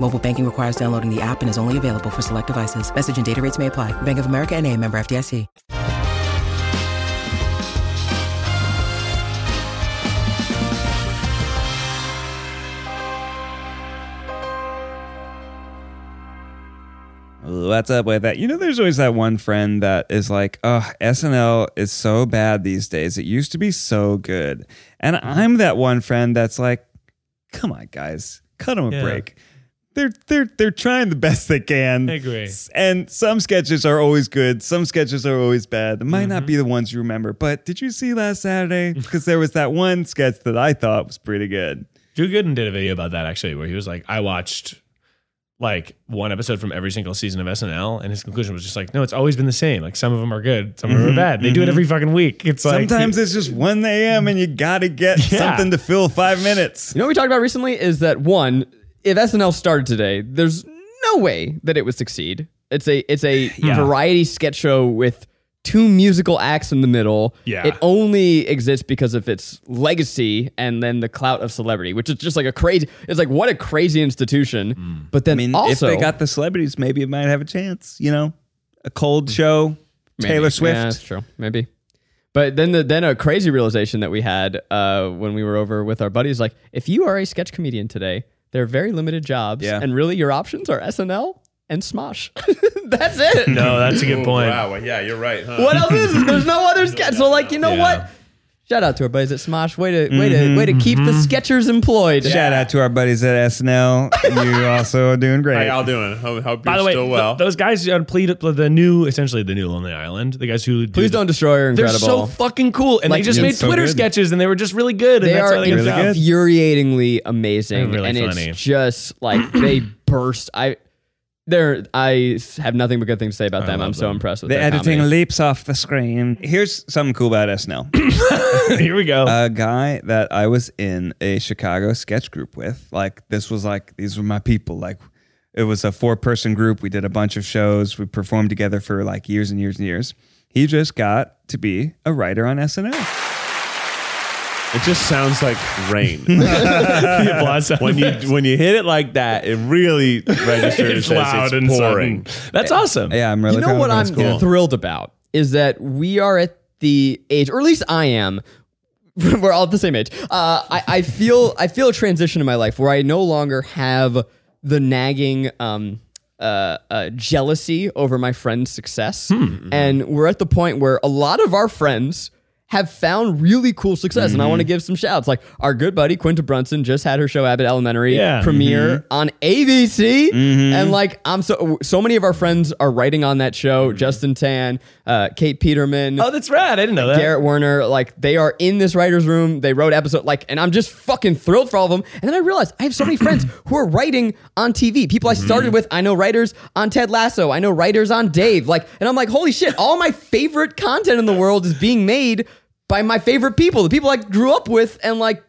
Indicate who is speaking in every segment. Speaker 1: Mobile banking requires downloading the app and is only available for select devices. Message and data rates may apply. Bank of America and a member FDIC.
Speaker 2: What's up with that? You know, there's always that one friend that is like, oh, SNL is so bad these days. It used to be so good. And
Speaker 3: Mm-hmm.
Speaker 2: I'm that one friend that's like, come on, guys, cut them a
Speaker 3: Yeah.
Speaker 2: break. They're, they're, they're trying the best they can.
Speaker 3: I agree.
Speaker 2: S- And some sketches are always good. Some sketches are always bad. They might not
Speaker 3: Mm-hmm.
Speaker 2: be the ones you remember. But did you see last Saturday? Because there was that one sketch that I thought was pretty good.
Speaker 3: Drew Gooden did a video about that actually, where he was like, I watched like one episode from every single season of SNL, and his conclusion was just like, no, it's always been the same. Like some of them are good, some of them are bad. They do it every fucking week. It's like
Speaker 2: Sometimes it's just 1 a.m. and you got to get
Speaker 3: Yeah.
Speaker 2: something to fill five minutes.
Speaker 4: You know what we talked about recently is that one, if SNL started today, there's no way that it would succeed. It's a it's a variety sketch show with two musical acts in the middle.
Speaker 3: Yeah.
Speaker 4: It only exists because of its legacy and then the clout of celebrity, which is just like a crazy it's like what a crazy institution. But then
Speaker 2: Mm. I mean,
Speaker 4: also
Speaker 2: if they got the celebrities, maybe it might have a chance. You know, a cold show,
Speaker 4: Maybe.
Speaker 2: Taylor
Speaker 4: Yeah, that's
Speaker 2: Swift.
Speaker 4: true. Maybe. But then the then a crazy realization that we had uh, when we were over with our buddies, like if you are a sketch comedian today, there are very limited jobs,
Speaker 2: Yeah.
Speaker 4: and really your options are SNL and Smosh. that's it.
Speaker 3: no, that's a good point.
Speaker 5: Wow. Yeah, you're right. Huh?
Speaker 4: What else is there? There's no other sketch. So like you know
Speaker 3: Yeah.
Speaker 4: what? Shout out to our buddies at Smosh. Way to way to
Speaker 2: Mm-hmm.
Speaker 4: way to keep the sketchers employed.
Speaker 2: Shout out to our buddies at SNL. you also are doing
Speaker 5: How
Speaker 2: great.
Speaker 5: y'all doing? Hope, hope
Speaker 3: By
Speaker 5: you're
Speaker 3: the way,
Speaker 5: still well.
Speaker 3: th- those guys on plead uh, the new, essentially the new Lonely Island. The guys who do
Speaker 4: Please
Speaker 3: the-
Speaker 4: don't destroy her.
Speaker 3: They're so
Speaker 4: Incredible.
Speaker 3: fucking cool, and
Speaker 4: Like,
Speaker 3: they just
Speaker 4: it's
Speaker 3: made
Speaker 2: so
Speaker 3: Twitter
Speaker 2: good.
Speaker 3: sketches, and they were just really good. And
Speaker 4: they
Speaker 3: that's
Speaker 4: are
Speaker 3: how they got the job.
Speaker 4: infuriatingly amazing
Speaker 3: They're really
Speaker 4: and
Speaker 3: funny.
Speaker 4: it's just like they burst i they're i have nothing but good things to say about them i'm so impressed with
Speaker 2: the
Speaker 4: their
Speaker 2: editing
Speaker 4: comedy.
Speaker 2: leaps off the screen. Here's something cool about SNL.
Speaker 3: Here we go.
Speaker 2: a guy that I was in a Chicago sketch group with, like this was like these were my people. Like it was a four person group. We did a bunch of shows. We performed together for like years and years and years. He just got to be a writer on SNL.
Speaker 5: It just sounds like rain. when you when you hit it like that, it really registers
Speaker 3: it's
Speaker 5: as
Speaker 3: loud
Speaker 5: it's
Speaker 3: and
Speaker 5: pouring.
Speaker 3: pouring. That's awesome.
Speaker 2: Yeah, I'm really.
Speaker 4: you know
Speaker 2: proud
Speaker 4: what
Speaker 2: of him.
Speaker 4: i'm
Speaker 2: It's cool.
Speaker 4: thrilled about is that we are at the age or at least i am we're all at the same age uh, I, I feel i feel a transition in my life where i no longer have the nagging um, uh, uh, jealousy over my friend's success and we're at the point where a lot of our friends have found really cool success and i want to give some shouts like our good buddy quinta brunson just had her show abbott elementary
Speaker 3: Yeah.
Speaker 4: premiere on ABC, and like I'm so so many of our friends are writing on that show. Justin Tan, uh, Kate Peterman,
Speaker 3: Oh, that's rad. I didn't know that.
Speaker 4: Garrett Werner, like they are in this writers' room. They wrote episode like, and I'm just fucking thrilled for all of them. And then I realized I have so many friends who are writing on TV. People I started with, I know writers on Ted Lasso, I know writers on Dave. Like, and I'm like, holy shit! All my favorite content in the world is being made by my favorite people, the people I grew up with, and like,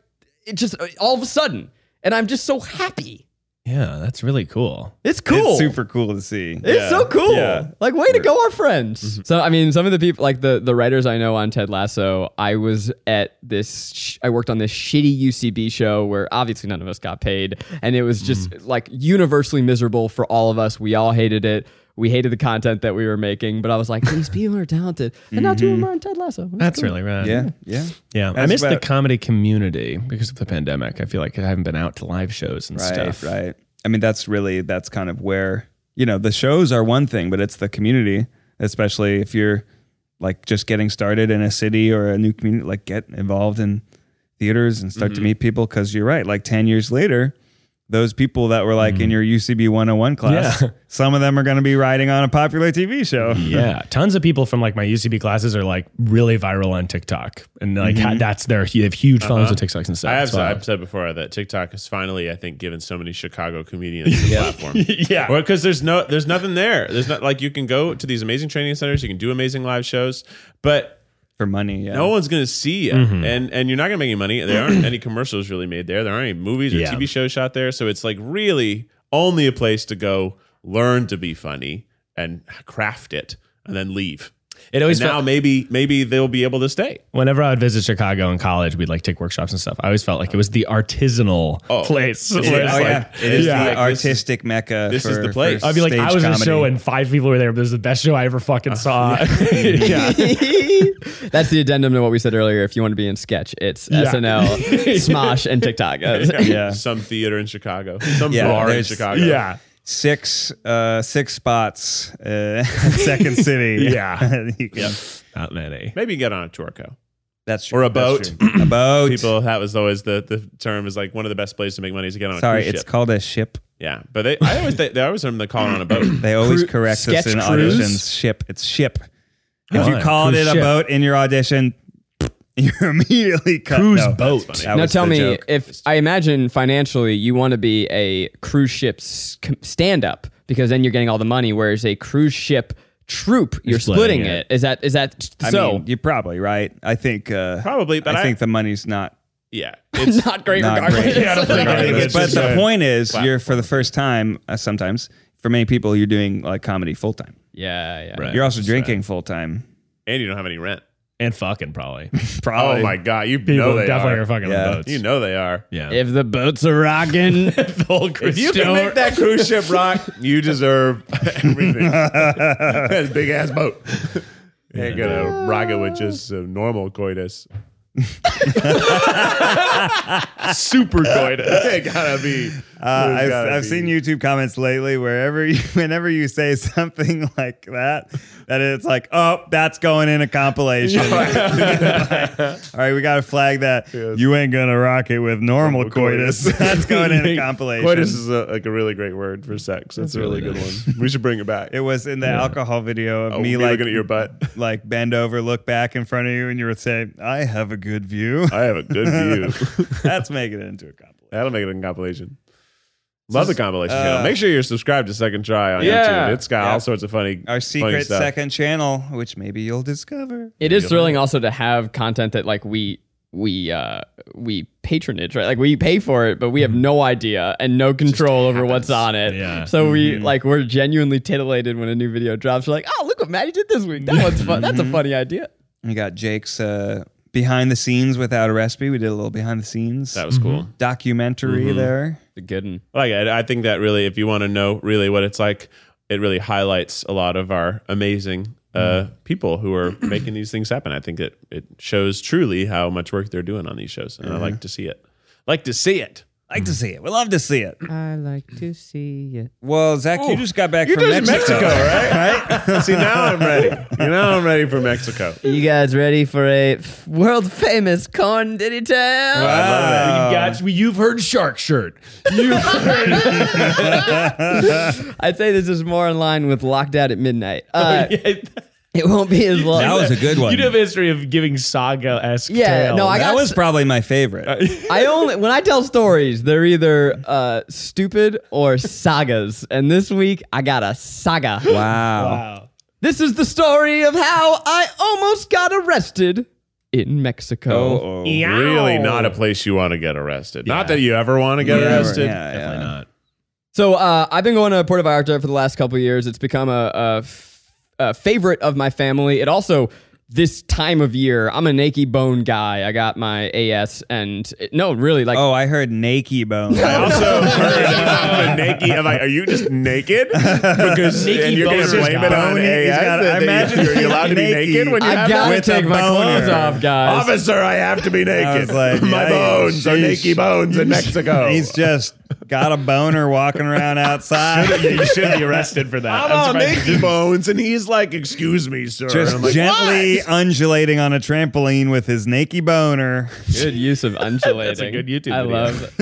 Speaker 4: it just all of a sudden. And I'm just so happy.
Speaker 3: yeah, that's really cool.
Speaker 4: It's cool.
Speaker 2: It's super cool to see.
Speaker 4: It's
Speaker 2: Yeah.
Speaker 4: so cool.
Speaker 2: Yeah. Mm-hmm.
Speaker 4: Like, way to go, our friends. So, I mean, some of the people, like the the writers I know on Ted Lasso, I was at this. Sh- I worked on this shitty UCB show where obviously none of us got paid, and it was just
Speaker 2: Mm-hmm.
Speaker 4: like universally miserable for all of us. We all hated it. We hated the content that we were making, but I was like, these people are talented, and now two of
Speaker 2: Mm-hmm.
Speaker 4: them are on Ted Lasso.
Speaker 3: That's really rad.
Speaker 2: Yeah, yeah.
Speaker 3: Yeah, I
Speaker 2: That's
Speaker 3: miss the
Speaker 2: about-
Speaker 3: comedy community because of the pandemic. I feel like I haven't been out to live shows and
Speaker 2: Right,
Speaker 3: stuff.
Speaker 2: right. I mean, that's really that's kind of where you know the shows are one thing, but it's the community, especially if you're like just getting started in a city or a new community.
Speaker 3: Mm-hmm.
Speaker 2: Like, get involved in theaters and start to meet people because you're right. Like ten years later, those people that were like in your UCB 101 class,
Speaker 3: Mm-hmm. Yeah.
Speaker 2: some of them are going to be writing on a popular TV show.
Speaker 3: yeah, tons of people from like my UCB classes are like really viral on TikTok, and like
Speaker 2: Mm-hmm.
Speaker 3: ha- that's their they have
Speaker 2: Uh-huh.
Speaker 3: huge followings on TikToks and stuff.
Speaker 5: I have
Speaker 3: That's why-
Speaker 5: I've said before that TikTok has finally, I think, given so many Chicago comedians a platform.
Speaker 3: Yeah.
Speaker 5: because there's no, there's nothing there. There's not like you can go to these amazing training centers, you can do amazing live shows, but
Speaker 2: For money, yeah.
Speaker 5: no one's going to see you,
Speaker 3: Mm-hmm.
Speaker 5: and and you're not going to make any money. There aren't any commercials really made there. There aren't any movies or
Speaker 3: Yeah.
Speaker 5: TV shows shot there. So it's like really only a place to go learn to be funny and craft it, and then leave.
Speaker 3: It always
Speaker 5: And now
Speaker 3: felt-
Speaker 5: maybe maybe they'll be able to stay.
Speaker 3: whenever I would visit Chicago in college, we'd like take workshops and stuff. I always felt like it was the artisanal
Speaker 5: Oh.
Speaker 3: place.
Speaker 5: It is.
Speaker 3: where it's
Speaker 2: Oh,
Speaker 5: like-
Speaker 2: yeah. It is
Speaker 5: Yeah.
Speaker 2: the
Speaker 5: Like, this is-
Speaker 2: artistic mecca.
Speaker 5: this is
Speaker 2: for-
Speaker 5: the place.
Speaker 2: for
Speaker 3: I'd be like,
Speaker 2: stage
Speaker 3: I was in a
Speaker 2: comedy. Uh,
Speaker 3: show and five people were there, but it was the best show I ever fucking saw.
Speaker 4: That's the addendum to what we said earlier. If you want to be in sketch, it's
Speaker 3: Yeah.
Speaker 4: SNL, Smosh, and TikTok.
Speaker 2: Yeah.
Speaker 5: Some theater in Chicago, some
Speaker 2: Yeah,
Speaker 5: bar in
Speaker 2: there's-
Speaker 5: Chicago.
Speaker 3: yeah.
Speaker 2: six uh six spots uh at second city
Speaker 3: Yeah.
Speaker 2: You can-
Speaker 3: Not many.
Speaker 5: Maybe get on a Torco.
Speaker 2: that's true
Speaker 5: Or a
Speaker 2: That's
Speaker 5: boat.
Speaker 2: true. a boat
Speaker 5: People, that was always the, the term is like one of the best places to make money is to get on a
Speaker 2: sorry
Speaker 5: cruise
Speaker 2: it's
Speaker 5: ship.
Speaker 2: called a ship
Speaker 5: yeah, but they, I always they, they always remember the calling on a boat.
Speaker 2: they always correct us
Speaker 4: sketch
Speaker 2: in
Speaker 4: cruise?
Speaker 2: auditions ship it's ship if you
Speaker 3: Why?
Speaker 2: called
Speaker 3: Cruise
Speaker 2: it a
Speaker 3: ship.
Speaker 2: boat in your audition you're immediately cut
Speaker 3: Cruise
Speaker 2: No,
Speaker 3: boat.
Speaker 2: that
Speaker 4: now
Speaker 2: was
Speaker 4: tell
Speaker 2: the
Speaker 4: me,
Speaker 2: joke.
Speaker 4: if I imagine financially, you want to be a cruise ship stand up because then you're getting all the money, whereas a cruise ship troupe, you're
Speaker 3: splitting
Speaker 4: splitting,
Speaker 3: it.
Speaker 4: it. Is that is that
Speaker 2: i
Speaker 4: so?
Speaker 2: mean you probably right i think uh
Speaker 5: Probably, but
Speaker 2: i,
Speaker 5: I-
Speaker 2: think the money's not
Speaker 5: Yeah, it's
Speaker 4: not great
Speaker 2: not
Speaker 4: regardless.
Speaker 2: great.
Speaker 3: Yeah, I don't think- I think
Speaker 2: regardless.
Speaker 3: it's
Speaker 2: but
Speaker 3: just
Speaker 2: the
Speaker 3: a-
Speaker 2: point is you're for the first time uh, sometimes for many people you're doing like comedy full time
Speaker 4: yeah, yeah.
Speaker 3: Right.
Speaker 2: you're also drinking full time
Speaker 5: and you don't have any rent.
Speaker 3: And fucking probably.
Speaker 5: Oh
Speaker 2: probably
Speaker 5: my god, you
Speaker 3: People
Speaker 5: know they
Speaker 3: definitely
Speaker 5: are.
Speaker 3: are, fucking
Speaker 2: Yeah.
Speaker 3: on boats.
Speaker 5: You know they are.
Speaker 3: Yeah.
Speaker 4: If the boats are rocking,
Speaker 3: the whole cruise
Speaker 5: If you
Speaker 3: ship-
Speaker 5: can make that cruise ship rock, you deserve everything. That's a big ass boat. Ain't gonna rock it with just a normal coitus.
Speaker 3: super coitus.
Speaker 5: It gotta be.
Speaker 2: Uh,
Speaker 5: there's
Speaker 2: I've,
Speaker 5: gotta
Speaker 2: I've
Speaker 5: be-
Speaker 2: seen YouTube comments lately wherever you, whenever you say something like that, that it's like, oh, that's going in a compilation. all right, we got to flag that. You ain't going to rock it with normal coitus.
Speaker 5: coitus.
Speaker 2: that's going in a compilation.
Speaker 5: Coitus is a, like a really great word for sex. That's, a really,
Speaker 3: really
Speaker 5: good one. We should bring it back.
Speaker 2: It was in the alcohol video of
Speaker 5: Oh,
Speaker 2: me like,
Speaker 5: looking at your butt.
Speaker 2: like bend over, look back in front of you, and you were saying, I have a good view.
Speaker 5: I have a good view.
Speaker 2: that's making it into a compilation.
Speaker 5: That'll make it a compilation. Love the compilation
Speaker 2: uh,
Speaker 5: channel. Make sure you're subscribed to Second Try on
Speaker 3: Yeah.
Speaker 5: YouTube. It's got
Speaker 2: Yeah.
Speaker 5: all sorts of funny,
Speaker 2: Our
Speaker 5: funny
Speaker 2: secret
Speaker 5: stuff.
Speaker 2: second channel, which maybe you'll discover.
Speaker 4: it is thrilling also to have content that like we we uh we patronage right like we pay for it but we have
Speaker 2: Mm-hmm.
Speaker 4: no idea and no control over what's on it
Speaker 3: Yeah.
Speaker 4: so we
Speaker 2: Mm-hmm.
Speaker 4: like we're genuinely titillated when a new video drops we're like oh look what maddie did this week that one's fun
Speaker 2: Mm-hmm.
Speaker 4: that's a funny idea
Speaker 2: We got Jake's uh, behind the scenes without a recipe. We did a little behind the scenes
Speaker 5: That was cool.
Speaker 2: Mm-hmm. documentary there.
Speaker 4: the good one
Speaker 5: Like I, I think that really, if you want to know really what it's like, it really highlights a lot of our amazing uh,
Speaker 2: Mm-hmm.
Speaker 5: people who are making these things happen. I think it it shows truly how much work they're doing on these shows, and I
Speaker 2: Mm-hmm.
Speaker 5: like to see it. Like to see it.
Speaker 2: Like to see it. We love to see it.
Speaker 4: i like to see it
Speaker 2: Uh, Well, Zach, you just got back
Speaker 5: You're
Speaker 2: from
Speaker 5: just
Speaker 2: Mexico,
Speaker 5: Mexico,
Speaker 2: right? right?
Speaker 5: See now I'm ready. You know I'm ready for Mexico.
Speaker 4: you guys ready for a world famous corn diddy tale
Speaker 2: Wow.
Speaker 3: We've got, we, you've heard shark shirt. You've heard.
Speaker 4: i'd say this is more in line with locked out at midnight
Speaker 2: Oh,
Speaker 4: uh, it won't be as long
Speaker 2: That was a good one.
Speaker 3: You'd have a history of giving saga esque.
Speaker 4: Yeah, no, I
Speaker 2: that
Speaker 4: got
Speaker 2: was
Speaker 4: s-
Speaker 2: probably my favorite.
Speaker 4: I only when I tell stories, they're either uh, stupid or sagas. And this week, I got a saga.
Speaker 2: wow.
Speaker 3: Wow.
Speaker 4: This is the story of how I almost got arrested in Mexico.
Speaker 2: Uh-oh.
Speaker 5: Really, not a place you want to get arrested. Not that you ever want to get
Speaker 2: Yeah,
Speaker 5: arrested.
Speaker 2: yeah, yeah.
Speaker 3: not.
Speaker 4: So uh, I've been going to Puerto Vallarta for the last couple of years. It's become a, a f- a favorite of my family. It also this time of year, I'm a naked bone guy. I got my AS, and no, really, like
Speaker 2: Oh, I heard Nakey Bone.
Speaker 5: I also heard about the naked. I'm like, are you just naked? Because
Speaker 3: Naked
Speaker 5: and you're going to
Speaker 3: boners
Speaker 5: blame it
Speaker 3: got
Speaker 5: on
Speaker 2: bony-
Speaker 5: AI.
Speaker 2: he's got- I
Speaker 5: that you-
Speaker 2: imagine
Speaker 5: you're, you're allowed to be
Speaker 2: naked.
Speaker 5: naked when you
Speaker 4: I
Speaker 5: have
Speaker 4: gotta
Speaker 2: with a
Speaker 4: take my
Speaker 2: boner.
Speaker 4: clothes off, guys.
Speaker 5: Officer, I have to be
Speaker 2: I was
Speaker 5: naked.
Speaker 2: like,
Speaker 5: My
Speaker 2: yeah,
Speaker 5: bones are
Speaker 2: sheesh. oh.
Speaker 5: naked bones in Mexico.
Speaker 2: He's just got a boner walking around outside.
Speaker 3: you should be arrested for that. I'm surprised you didn't.
Speaker 5: bones, and he's like, "Excuse me, sir."
Speaker 2: Just gently undulating on a trampoline with his naked boner.
Speaker 4: Good use of undulating.
Speaker 3: That's a good YouTube
Speaker 4: I
Speaker 3: video.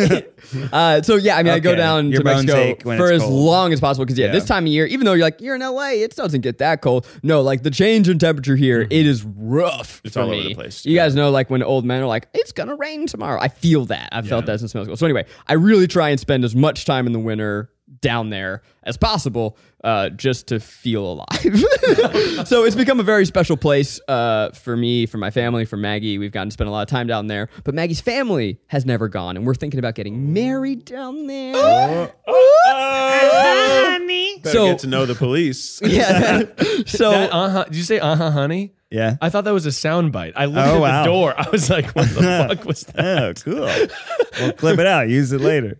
Speaker 4: love. It. uh, so yeah, I mean, I go
Speaker 2: Okay.
Speaker 4: down
Speaker 2: Your
Speaker 4: to
Speaker 2: bones
Speaker 4: Mexico
Speaker 2: ache when
Speaker 4: for
Speaker 2: it's
Speaker 4: as
Speaker 2: cold.
Speaker 4: long as possible because yeah,
Speaker 2: Yeah.
Speaker 4: this time of year, even though you're like you're in LA, it doesn't get that cold. No, like the change in temperature here, it is rough.
Speaker 5: Mm-hmm. It's
Speaker 4: for
Speaker 5: all over
Speaker 4: me.
Speaker 5: the place,
Speaker 4: You
Speaker 5: yeah.
Speaker 4: guys know, like when old men are like, "It's gonna rain tomorrow." I feel that. I've felt that since middle school. So anyway, I really try and spend as much time in the winter down there as possible uh, just to feel alive. so it's become a very special place uh, for me, for my family, for Maggie. We've gotten to spend a lot of time down there, but Maggie's family has never gone, and we're thinking about getting married down there.
Speaker 5: Oh. so
Speaker 4: So-
Speaker 5: get to know the police.
Speaker 4: Yeah.
Speaker 5: Oh.
Speaker 4: so
Speaker 3: That, uh-huh. Did you say uh huh, honey?
Speaker 2: Yeah.
Speaker 3: I thought that was a sound bite. I looked
Speaker 2: Oh,
Speaker 3: at
Speaker 2: wow.
Speaker 3: the door. I was like, what the fuck was that?
Speaker 2: Oh, cool. Well, clip it out. Use it later.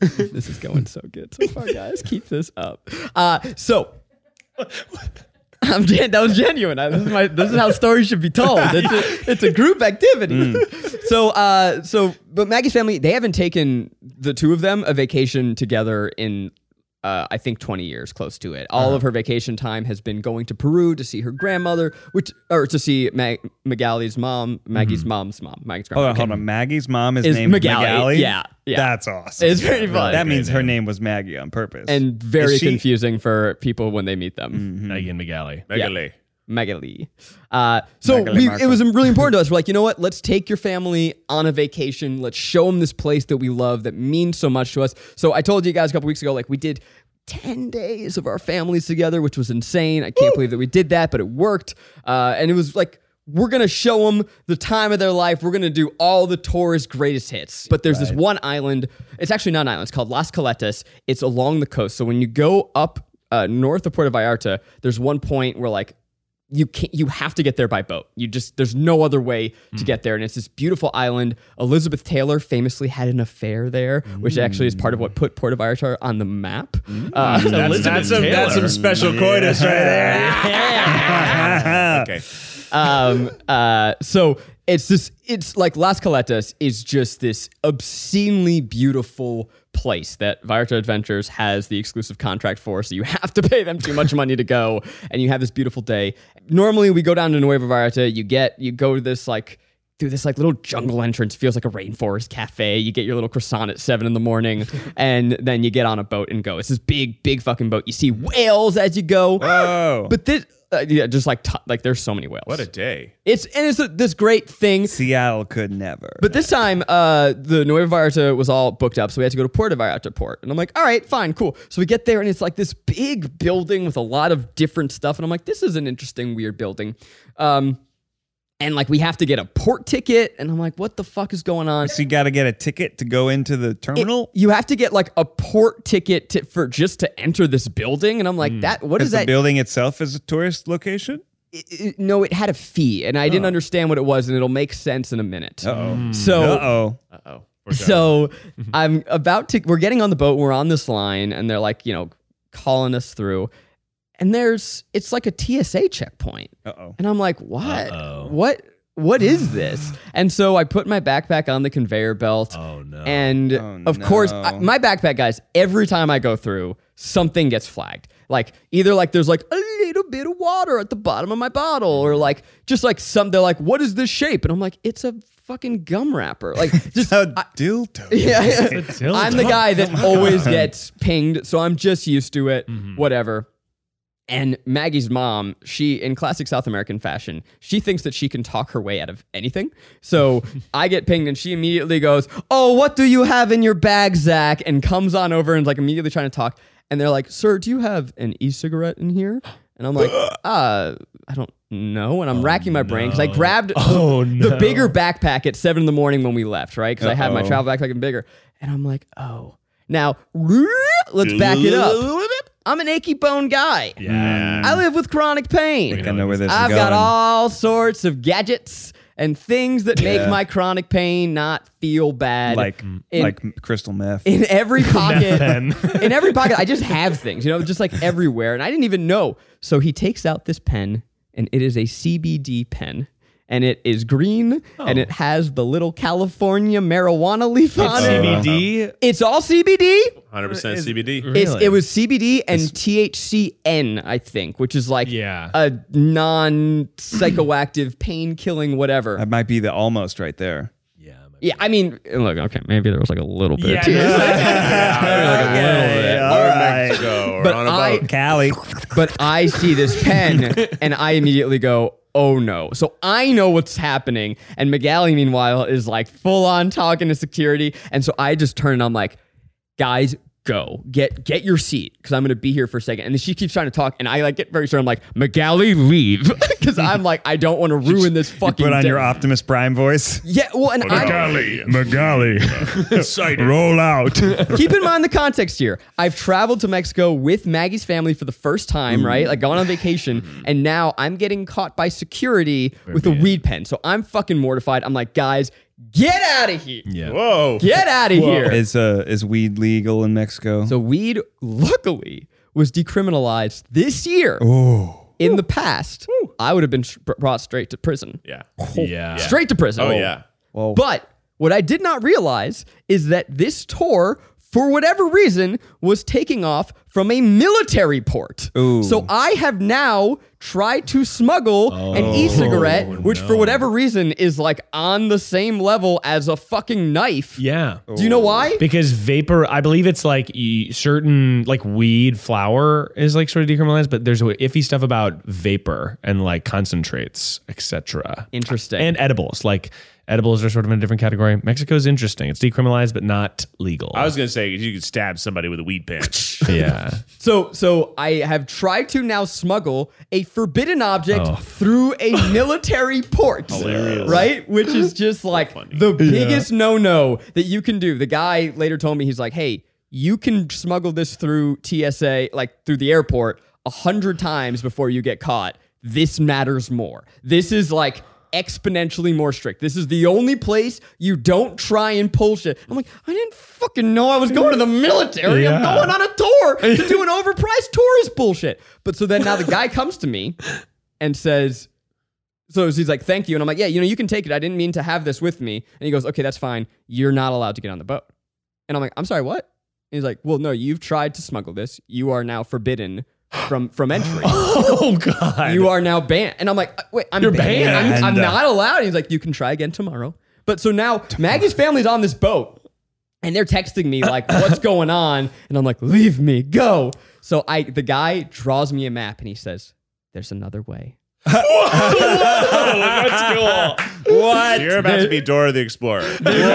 Speaker 4: this is going so good so far, guys. Keep this up. Uh, so. I'm gen- that was genuine. I, this, is my, this is how stories should be told. It's a, it's a group activity.
Speaker 2: Mm.
Speaker 4: So, uh, so, but Maggie's family, they haven't taken the two of them a vacation together in, uh, I think, 20 years, close to it.
Speaker 2: Uh-huh.
Speaker 4: All of her vacation time has been going to Peru to see her grandmother, which, or to see Mag- Magali's mom,
Speaker 2: Mm-hmm.
Speaker 4: Maggie's mom's mom, Maggie's
Speaker 2: Hold
Speaker 4: grandmother.
Speaker 2: on, hold on. Maggie's mom is,
Speaker 4: Is
Speaker 2: named
Speaker 4: Magali.
Speaker 2: Magali.
Speaker 4: Yeah, yeah.
Speaker 2: That's awesome.
Speaker 4: It's pretty funny.
Speaker 2: That means her name was Maggie on purpose.
Speaker 4: And very
Speaker 2: Is she-
Speaker 4: confusing for people when they meet them.
Speaker 2: Mm-hmm.
Speaker 3: Megan McGalley.
Speaker 5: Megali.
Speaker 4: Megali. Uh, so
Speaker 2: Megali
Speaker 4: we,
Speaker 2: Markle.
Speaker 4: it was really important to us. We're like, you know what? Let's take your family on a vacation. Let's show them this place that we love that means so much to us. So I told you guys a couple weeks ago, like we did 10 days of our families together, which was insane. I can't believe that we did that, but it worked. Uh, and it was like, we're going to show them the time of their life. We're going to do all the tourist greatest hits. But there's this one island. It's actually not an island. It's called Las Coletas. It's along the coast. So when you go up uh, north of Puerto Vallarta, there's one point where like you can't you have to get there by boat you just there's no other way to get there and it's this beautiful island elizabeth taylor famously had an affair there which actually is part of what put puerto vallarta on the map uh,
Speaker 3: Elizabeth Taylor.
Speaker 5: special coitus right there. okay.
Speaker 4: um, uh, so it's this it's like las caletas is just this obscenely beautiful place that Vallarta Adventures has the exclusive contract for, so you have to pay them too much money to go, and you have this beautiful day. Normally, we go down to Nueva Vallarta. You get you go to this like through this like little jungle entrance feels like a rainforest cafe you get your little croissant at seven in the morning and then you get on a boat and go it's this big big fucking boat you see whales as you go
Speaker 2: Whoa.
Speaker 4: but this uh, yeah just like t- like there's so many whales
Speaker 5: What a day.
Speaker 4: it's and it's a, this great thing.
Speaker 2: Seattle could never.
Speaker 4: But this time, uh, the Nueva Vallarta was all booked up, so we had to go to Puerto Vallarta port. And I'm like, all right, fine, cool. So we get there, and it's like this big building with a lot of different stuff. And I'm like, this is an interesting, weird building. Um, and like, we have to get a port ticket. And I'm like, what the fuck is going on?
Speaker 2: so you got to get a ticket to go into the terminal.
Speaker 4: You have to get like a port ticket to, for just to enter this building. And I'm like, that, what is
Speaker 2: Because the
Speaker 4: that?
Speaker 2: building itself is a tourist location.
Speaker 4: it- it- no, it had a fee, and I didn't understand what it was, and it'll make sense in a minute.
Speaker 2: Uh oh.
Speaker 4: So,
Speaker 2: Uh oh.
Speaker 5: Uh-oh.
Speaker 4: so I'm about to. We're getting on the boat. We're on this line, and they're like, you know, calling us through. And there's, it's like a TSA checkpoint,
Speaker 2: Uh oh.
Speaker 4: and I'm like, what?
Speaker 3: Uh-oh.
Speaker 4: What? What is this? And so I put my backpack on the conveyor belt.
Speaker 3: Oh, no.
Speaker 4: And
Speaker 2: Oh,
Speaker 4: of course,
Speaker 2: no.
Speaker 4: I, my backpack, guys, every time I go through, something gets flagged. Like either like there's like a little bit of water at the bottom of my bottle, or
Speaker 3: Mm-hmm.
Speaker 4: like just like some they're like, what is this shape? And I'm like, it's a fucking gum wrapper. Like just
Speaker 2: A dildo.
Speaker 4: yeah.
Speaker 3: dildo.
Speaker 4: I'm the guy that always gets pinged, so I'm just used to it.
Speaker 3: Mm-hmm.
Speaker 4: Whatever. And Maggie's mom, she in classic South American fashion, she thinks that she can talk her way out of anything. So I get pinged, and she immediately goes, "Oh, what do you have in your bag, Zach?" And comes on over and is like immediately trying to talk. And they're like, "Sir, do you have an e-cigarette in here?" And I'm like, "Uh, I don't know." And I'm racking my brain because I grabbed
Speaker 3: Oh,
Speaker 4: the
Speaker 3: no.
Speaker 4: bigger backpack at seven in the morning when we left, right? Because I had my
Speaker 2: Uh-oh.
Speaker 4: travel backpack and bigger. And I'm like, oh. Now, let's back it up. I'm an achy bone guy.
Speaker 3: Yeah.
Speaker 4: I live with chronic pain.
Speaker 2: I know where this
Speaker 4: I've
Speaker 2: is going.
Speaker 4: got all sorts of gadgets and things that make
Speaker 2: Yeah.
Speaker 4: my chronic pain not feel bad.
Speaker 2: like
Speaker 4: in-
Speaker 2: like crystal meth.
Speaker 4: in every pocket,
Speaker 3: pen.
Speaker 4: in every pocket, I just have things, you know, just like everywhere, and I didn't even know. So he takes out this pen, and it is a CBD pen. And it is green, and it has the little California marijuana leaf on it.
Speaker 3: Uh-huh. CBD.
Speaker 4: It's all CBD.
Speaker 5: 100% CBD.
Speaker 4: It's, it was CBD and THCN, I think, which is like
Speaker 3: Yeah.
Speaker 4: a non psychoactive, pain killing, whatever.
Speaker 2: that might be the almost right there.
Speaker 3: Yeah.
Speaker 4: Yeah, I mean, look, okay, maybe there was like a little bit. of THC.
Speaker 2: all right.
Speaker 5: Go.
Speaker 4: But
Speaker 5: We're on a
Speaker 4: I-
Speaker 5: boat.
Speaker 2: Callie.
Speaker 4: but I see this pen and I immediately go, oh no. So I know what's happening. And Megali, meanwhile, is like full on talking to security. And so I just turn and I'm like, guys, go get get your seat because I'm gonna be here for a second. And then she keeps trying to talk, and I like get very sure I'm like, Megali, leave. Cause I'm like, I don't want to ruin this fucking
Speaker 6: Put on
Speaker 4: day.
Speaker 6: your Optimus Prime voice.
Speaker 4: Yeah, well, and I
Speaker 6: Magali, Magali, roll out.
Speaker 4: keep in mind the context here. I've traveled to Mexico with Maggie's family for the first time, right? Like gone on vacation, and now I'm getting caught by security with a weed pen. So I'm fucking mortified. I'm like, guys, get out of here.
Speaker 3: Yeah.
Speaker 5: Whoa.
Speaker 4: Get out of here.
Speaker 2: Is uh is weed legal in Mexico?
Speaker 4: So weed, luckily, was decriminalized this year. In the past, I would have been sh- brought straight to prison.
Speaker 5: Yeah.
Speaker 3: Yeah.
Speaker 4: Straight to prison.
Speaker 5: Oh, yeah.
Speaker 2: well,
Speaker 4: But what I did not realize is that this tour, for whatever reason, was taking off from a military port.
Speaker 2: Ooh.
Speaker 4: So I have now tried to smuggle an e cigarette, which for whatever reason is like on the same level as a fucking knife.
Speaker 3: Yeah.
Speaker 4: Do you know why?
Speaker 3: Because vapor, I believe it's like e- certain like weed flower is like sort of decriminalized, but there's a iffy stuff about vapor and like concentrates, etc.
Speaker 4: Interesting.
Speaker 3: And edibles, like edibles are sort of in a different category. Mexico's interesting; it's decriminalized but not legal.
Speaker 5: I was going to say you could stab somebody with a weed pen.
Speaker 3: yeah,
Speaker 4: So, so I have tried to now smuggle a forbidden object through a military port, right? Which is just like the biggest no-no that you can do. The guy later told me he's like, "Hey, you can smuggle this through TSA, like through the airport, a hundred times before you get caught. This matters more. This is like." Exponentially more strict. This is the only place you don't try and pull shit. I'm like, I didn't fucking know I was going to the military. I'm
Speaker 3: Yeah.
Speaker 4: going on a tour to do an overpriced tourist bullshit. But so then now the guy comes to me and says, so he's like, thank you. And I'm like, yeah, you know, you can take it. I didn't mean to have this with me. And he goes, okay, that's fine. You're not allowed to get on the boat. And I'm like, I'm sorry, what? And he's like, well, no, you've tried to smuggle this. You are now forbidden from from entry.
Speaker 3: Oh god.
Speaker 4: you are now banned. And I'm like, uh, wait, I'm
Speaker 3: You're
Speaker 4: banned. I'm, I'm
Speaker 3: banned.
Speaker 4: not allowed. And he's like, you can try again tomorrow. But so now Maggie's family's on this boat and they're texting me like, what's going on? And I'm like, leave me, go. So I the guy draws me a map and he says, There's another way.
Speaker 5: what? Oh, You're about to be Dora the Explorer. What? You're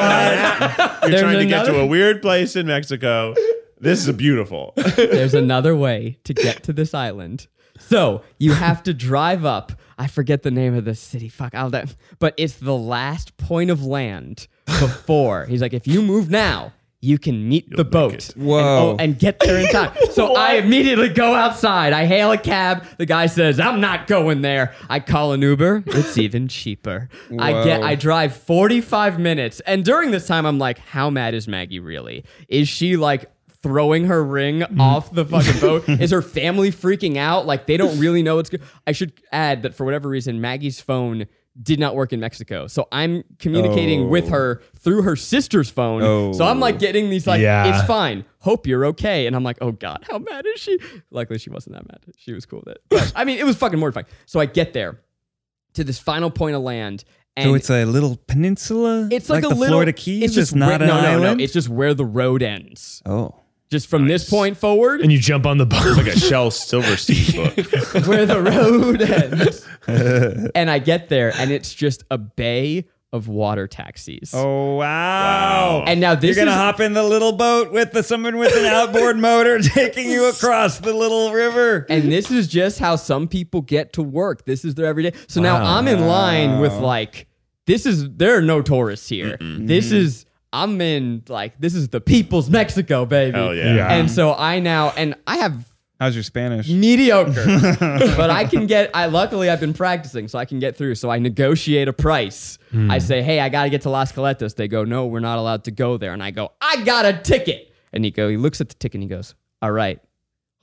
Speaker 4: There's
Speaker 5: trying to get to
Speaker 4: another-
Speaker 5: a weird place in Mexico. This is beautiful.
Speaker 4: There's another way to get to this island. So you have to drive up. I forget the name of the city. Fuck, I'll that. But it's the last point of land before. He's like, if you move now, you can meet the boat.
Speaker 2: Whoa.
Speaker 4: And, oh, and get there in time. So I immediately go outside. I hail a cab. The guy says, I'm not going there. I call an Uber. It's even cheaper. I get
Speaker 2: Whoa.
Speaker 4: I drive 45 minutes. And during this time, I'm like, how mad is Maggie really? Is she like throwing her ring
Speaker 2: Mm.
Speaker 4: off the fucking boat? Is her family freaking out? Like they don't really know what's good. I should add that for whatever reason, Maggie's phone did not work in Mexico. So I'm communicating
Speaker 2: Oh.
Speaker 4: with her through her sister's phone. So I'm like getting these like
Speaker 3: Yeah.
Speaker 4: it's fine. Hope you're okay. And I'm like, oh God, how mad is she? Luckily she wasn't that mad. She was cool with it. But I mean it was fucking mortifying. So I get there to this final point of land. And
Speaker 2: so it's a little peninsula.
Speaker 4: it's like, a
Speaker 2: the
Speaker 4: little
Speaker 2: Florida Keys. It's just
Speaker 4: where-
Speaker 2: not an
Speaker 4: no, no,
Speaker 2: island.
Speaker 4: No, it's just where the road ends.
Speaker 2: oh,
Speaker 4: Just from this point forward,
Speaker 3: and you jump on the boat.
Speaker 5: like a Shell Silverstein book.
Speaker 4: where the road ends. and I get there, and it's just a bay of water taxis.
Speaker 2: oh wow.
Speaker 4: And now this
Speaker 2: You're gonna
Speaker 4: is
Speaker 2: hop in the little boat with the, someone with an outboard motor taking you across the little river.
Speaker 4: and this is just how some people get to work. This is their everyday. So now I'm in line with like this is there are no tourists here. This is I'm in like this is the people's Mexico, baby.
Speaker 5: Hell yeah.
Speaker 6: Yeah.
Speaker 4: And so I now and I have
Speaker 2: How's your Spanish?
Speaker 4: mediocre, but I can get. I luckily I've been practicing, so I can get through. So I negotiate a price.
Speaker 5: Hmm.
Speaker 4: I say, "Hey, I gotta get to Las Coletas." They go, "No, we're not allowed to go there." And I go, "I got a ticket." And he go, he looks at the ticket and he goes, "All right."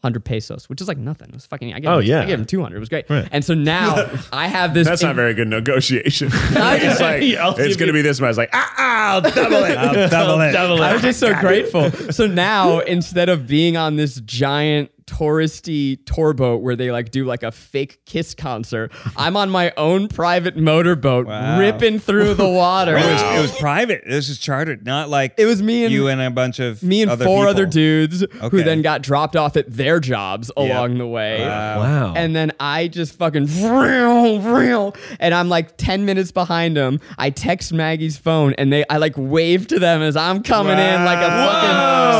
Speaker 4: 100 pesos, which is like nothing. It was fucking, I gave
Speaker 3: Oh,
Speaker 4: him,
Speaker 3: yeah.
Speaker 4: I gave him 200. It was great. And so now I have this.
Speaker 5: That's not
Speaker 4: in-
Speaker 5: very good negotiation. it's like,
Speaker 3: I'll give
Speaker 5: it's going to
Speaker 3: you-
Speaker 5: be this much. Like, ah, ah, I'll double it. I'll double it.
Speaker 3: Double
Speaker 4: I
Speaker 3: it.
Speaker 4: was just so grateful. So now instead of being on this giant touristy tour boat where they like do like a fake kiss concert, I'm on my own private motorboat
Speaker 2: Wow.
Speaker 4: ripping through the water.
Speaker 2: It, was, it was private. This is chartered, not like
Speaker 4: It was me and-
Speaker 2: you and a bunch of
Speaker 4: me and
Speaker 2: other
Speaker 4: four
Speaker 2: people.
Speaker 4: other dudes who
Speaker 2: Okay.
Speaker 4: then got dropped off at their jobs along the way.
Speaker 5: Oh.
Speaker 3: Wow.
Speaker 4: And then I just fucking vroom, vroom, and I'm like 10 minutes behind them. I text Maggie's phone and they I like wave to them as I'm coming in like a
Speaker 2: Wow.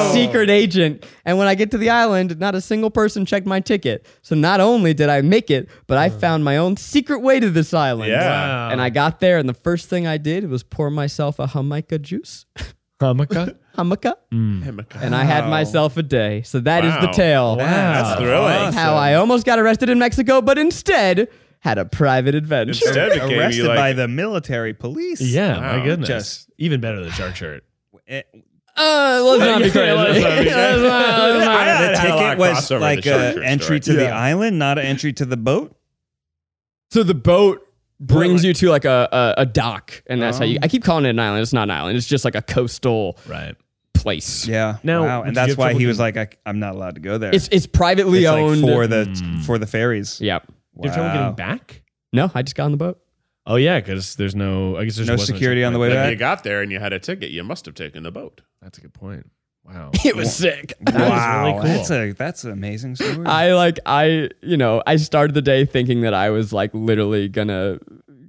Speaker 4: fucking secret agent. And when I get to the island, not a single person checked my ticket. So not only did I make it, but I found my own secret way to this island.
Speaker 5: Yeah.
Speaker 3: Wow.
Speaker 4: uh, And I got there and the first thing I did was pour myself a Jamaica juice.
Speaker 3: Oh my God.
Speaker 4: Hamaka.
Speaker 5: That's
Speaker 4: And I had
Speaker 2: Wow.
Speaker 4: myself a day. So that is
Speaker 5: Wow.
Speaker 4: the tale.
Speaker 5: thrilling.
Speaker 4: How I almost got arrested in Mexico, but instead had a private adventure.
Speaker 5: Instead, it became
Speaker 2: arrested
Speaker 5: you like,
Speaker 2: by the military police.
Speaker 3: Yeah,
Speaker 5: Wow.
Speaker 3: my goodness.
Speaker 2: Just-
Speaker 3: Even better than shark shirt.
Speaker 2: It-
Speaker 4: Uh, let's not be
Speaker 3: Yeah,
Speaker 4: crazy.
Speaker 3: let's not be crazy.
Speaker 4: Let's not- let's not-
Speaker 5: I-
Speaker 2: the
Speaker 5: had a lot
Speaker 2: ticket
Speaker 5: of
Speaker 2: was
Speaker 5: crossover in
Speaker 2: like
Speaker 5: the short
Speaker 2: an
Speaker 5: short
Speaker 2: entry
Speaker 5: story.
Speaker 2: to the
Speaker 5: Yeah.
Speaker 2: island, not an entry to the boat.
Speaker 4: So the boat brings you to like a, a, a dock, and that's how you. I keep calling it an island. It's not an island. It's just like a coastal
Speaker 3: Right.
Speaker 4: place.
Speaker 2: Yeah.
Speaker 3: Now,
Speaker 2: wow.
Speaker 3: would you
Speaker 2: And that's
Speaker 3: have
Speaker 2: why
Speaker 3: trouble
Speaker 2: he was like, I, I'm not allowed to go there.
Speaker 4: It's it's privately
Speaker 2: It's like
Speaker 4: owned.
Speaker 2: for the for the ferries.
Speaker 4: yeah.
Speaker 3: You have Hmm. trouble
Speaker 2: Wow.
Speaker 3: getting back?
Speaker 4: No, I just got on the boat.
Speaker 3: Oh yeah, because there's no. I guess there's
Speaker 2: No security on the way
Speaker 5: if you
Speaker 2: back.
Speaker 5: got there and you had a ticket, you must have taken the boat.
Speaker 3: That's a good point. Wow.
Speaker 4: It was sick.
Speaker 3: That
Speaker 2: Wow,
Speaker 3: is really cool.
Speaker 2: that's a that's an amazing story.
Speaker 4: I like I you know I started the day thinking that I was like literally gonna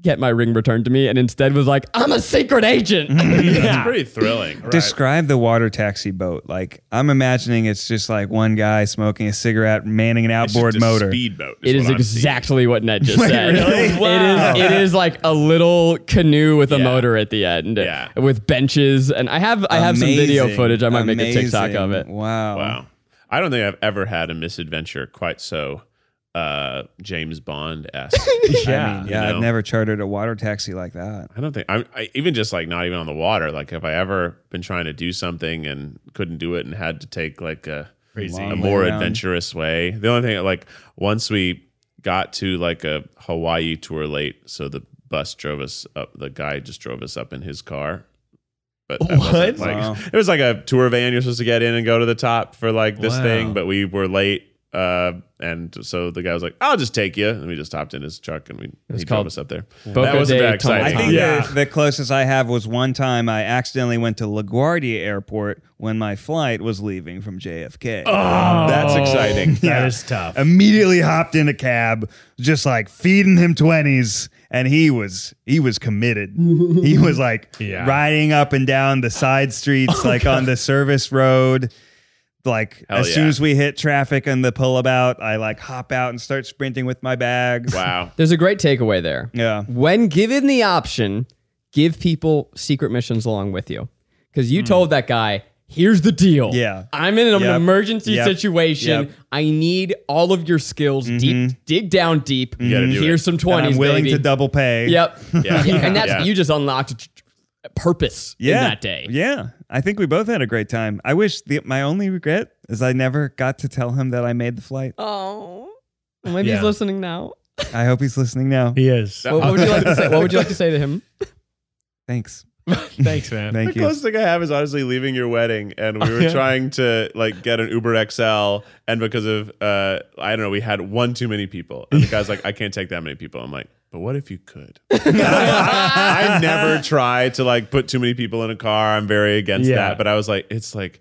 Speaker 4: get my ring returned to me, and instead was like I'm a secret agent.
Speaker 5: That's pretty thrilling. Right.
Speaker 2: Describe the water taxi boat. Like I'm imagining, it's just like one guy smoking a cigarette, manning an
Speaker 5: It's just
Speaker 2: outboard
Speaker 5: a
Speaker 2: motor.
Speaker 5: Speedboat.
Speaker 4: It is
Speaker 5: what I'm
Speaker 4: exactly what Ned just said.
Speaker 3: really? Wow.
Speaker 4: It is. It is like a little canoe with a
Speaker 5: Yeah.
Speaker 4: motor at the end,
Speaker 5: Yeah.
Speaker 4: with benches, and I have I have some video
Speaker 2: Amazing.
Speaker 4: footage. I might make a TikTok of
Speaker 2: Amazing.
Speaker 4: it.
Speaker 2: Wow.
Speaker 5: Wow. I don't think I've ever had a misadventure quite so uh, James Bond esque.
Speaker 3: yeah.
Speaker 2: Yeah,
Speaker 5: You know?
Speaker 2: I've never chartered a water taxi like that.
Speaker 5: I don't think I, I even just like not even on the water. Like if I ever been trying to do something and couldn't do it and had to take like a
Speaker 3: Crazy.
Speaker 5: a
Speaker 2: Long
Speaker 5: more
Speaker 2: way around.
Speaker 5: adventurous way. The only thing like once we got to like a Hawaii tour late, so the bus drove us up. The guy just drove us up in his car. But that wasn't,
Speaker 3: What?
Speaker 5: Like,
Speaker 2: Wow.
Speaker 5: It was like a tour van. You're supposed to get in and go to the top for like this
Speaker 3: Wow.
Speaker 5: thing, but we were late. Uh, and so the guy was like, "I'll just take you," and we just hopped in his truck and we he drove
Speaker 4: called
Speaker 5: us up there.
Speaker 4: Boca
Speaker 5: that wasn't
Speaker 4: de
Speaker 5: that exciting.
Speaker 4: Tomates.
Speaker 2: I think
Speaker 5: yeah.
Speaker 2: the, the closest I have was one time I accidentally went to LaGuardia Airport when my flight was leaving from JFK.
Speaker 5: That's exciting.
Speaker 3: That is tough.
Speaker 6: Immediately hopped in a cab, just like feeding him twenties, and he was he was committed. he was like
Speaker 3: Yeah.
Speaker 6: riding up and down the side streets, like on the service road. Like
Speaker 5: Oh, Hell
Speaker 6: as soon
Speaker 5: yeah.
Speaker 6: as we hit traffic and the pullabout, I like hop out and start sprinting with my bags.
Speaker 5: Wow.
Speaker 4: There's a great takeaway there.
Speaker 6: Yeah.
Speaker 4: When given the option, give people secret missions along with you, because you told that guy. Here's the deal.
Speaker 6: Hmm. Yeah.
Speaker 4: I'm in an
Speaker 6: Yep.
Speaker 4: emergency
Speaker 6: Yep.
Speaker 4: situation.
Speaker 6: Yep. Mm-hmm.
Speaker 4: I need all of your skills deep. Dig down deep.
Speaker 5: gotta do
Speaker 4: Here's
Speaker 5: it.
Speaker 4: some 20s.
Speaker 6: And I'm willing
Speaker 4: baby.
Speaker 6: to double pay.
Speaker 4: Yep.
Speaker 5: Mm-hmm. Yeah.
Speaker 4: Yeah, And that's
Speaker 5: Yeah.
Speaker 4: you just unlocked purpose in that day.
Speaker 6: Yeah. I think we both had a great time. I wish the, my only regret is I never got to tell him that I made the flight.
Speaker 4: Oh. Maybe
Speaker 3: Yeah.
Speaker 4: he's listening now.
Speaker 6: I hope he's listening now.
Speaker 3: He is.
Speaker 4: What, what would you like to say? What would you like to say to him?
Speaker 6: Thanks.
Speaker 3: Thanks, man.
Speaker 6: Thank
Speaker 5: the
Speaker 6: you.
Speaker 5: closest thing I have is honestly leaving your wedding, and we were trying to like get an Uber XL, and because of uh, I don't know, we had one too many people, and the guy's like, I can't take that many people. I'm like, but what if you could? And I, I- I never try to like put too many people in a car. I'm very against
Speaker 3: Yeah.
Speaker 5: that, but I was like, it's like.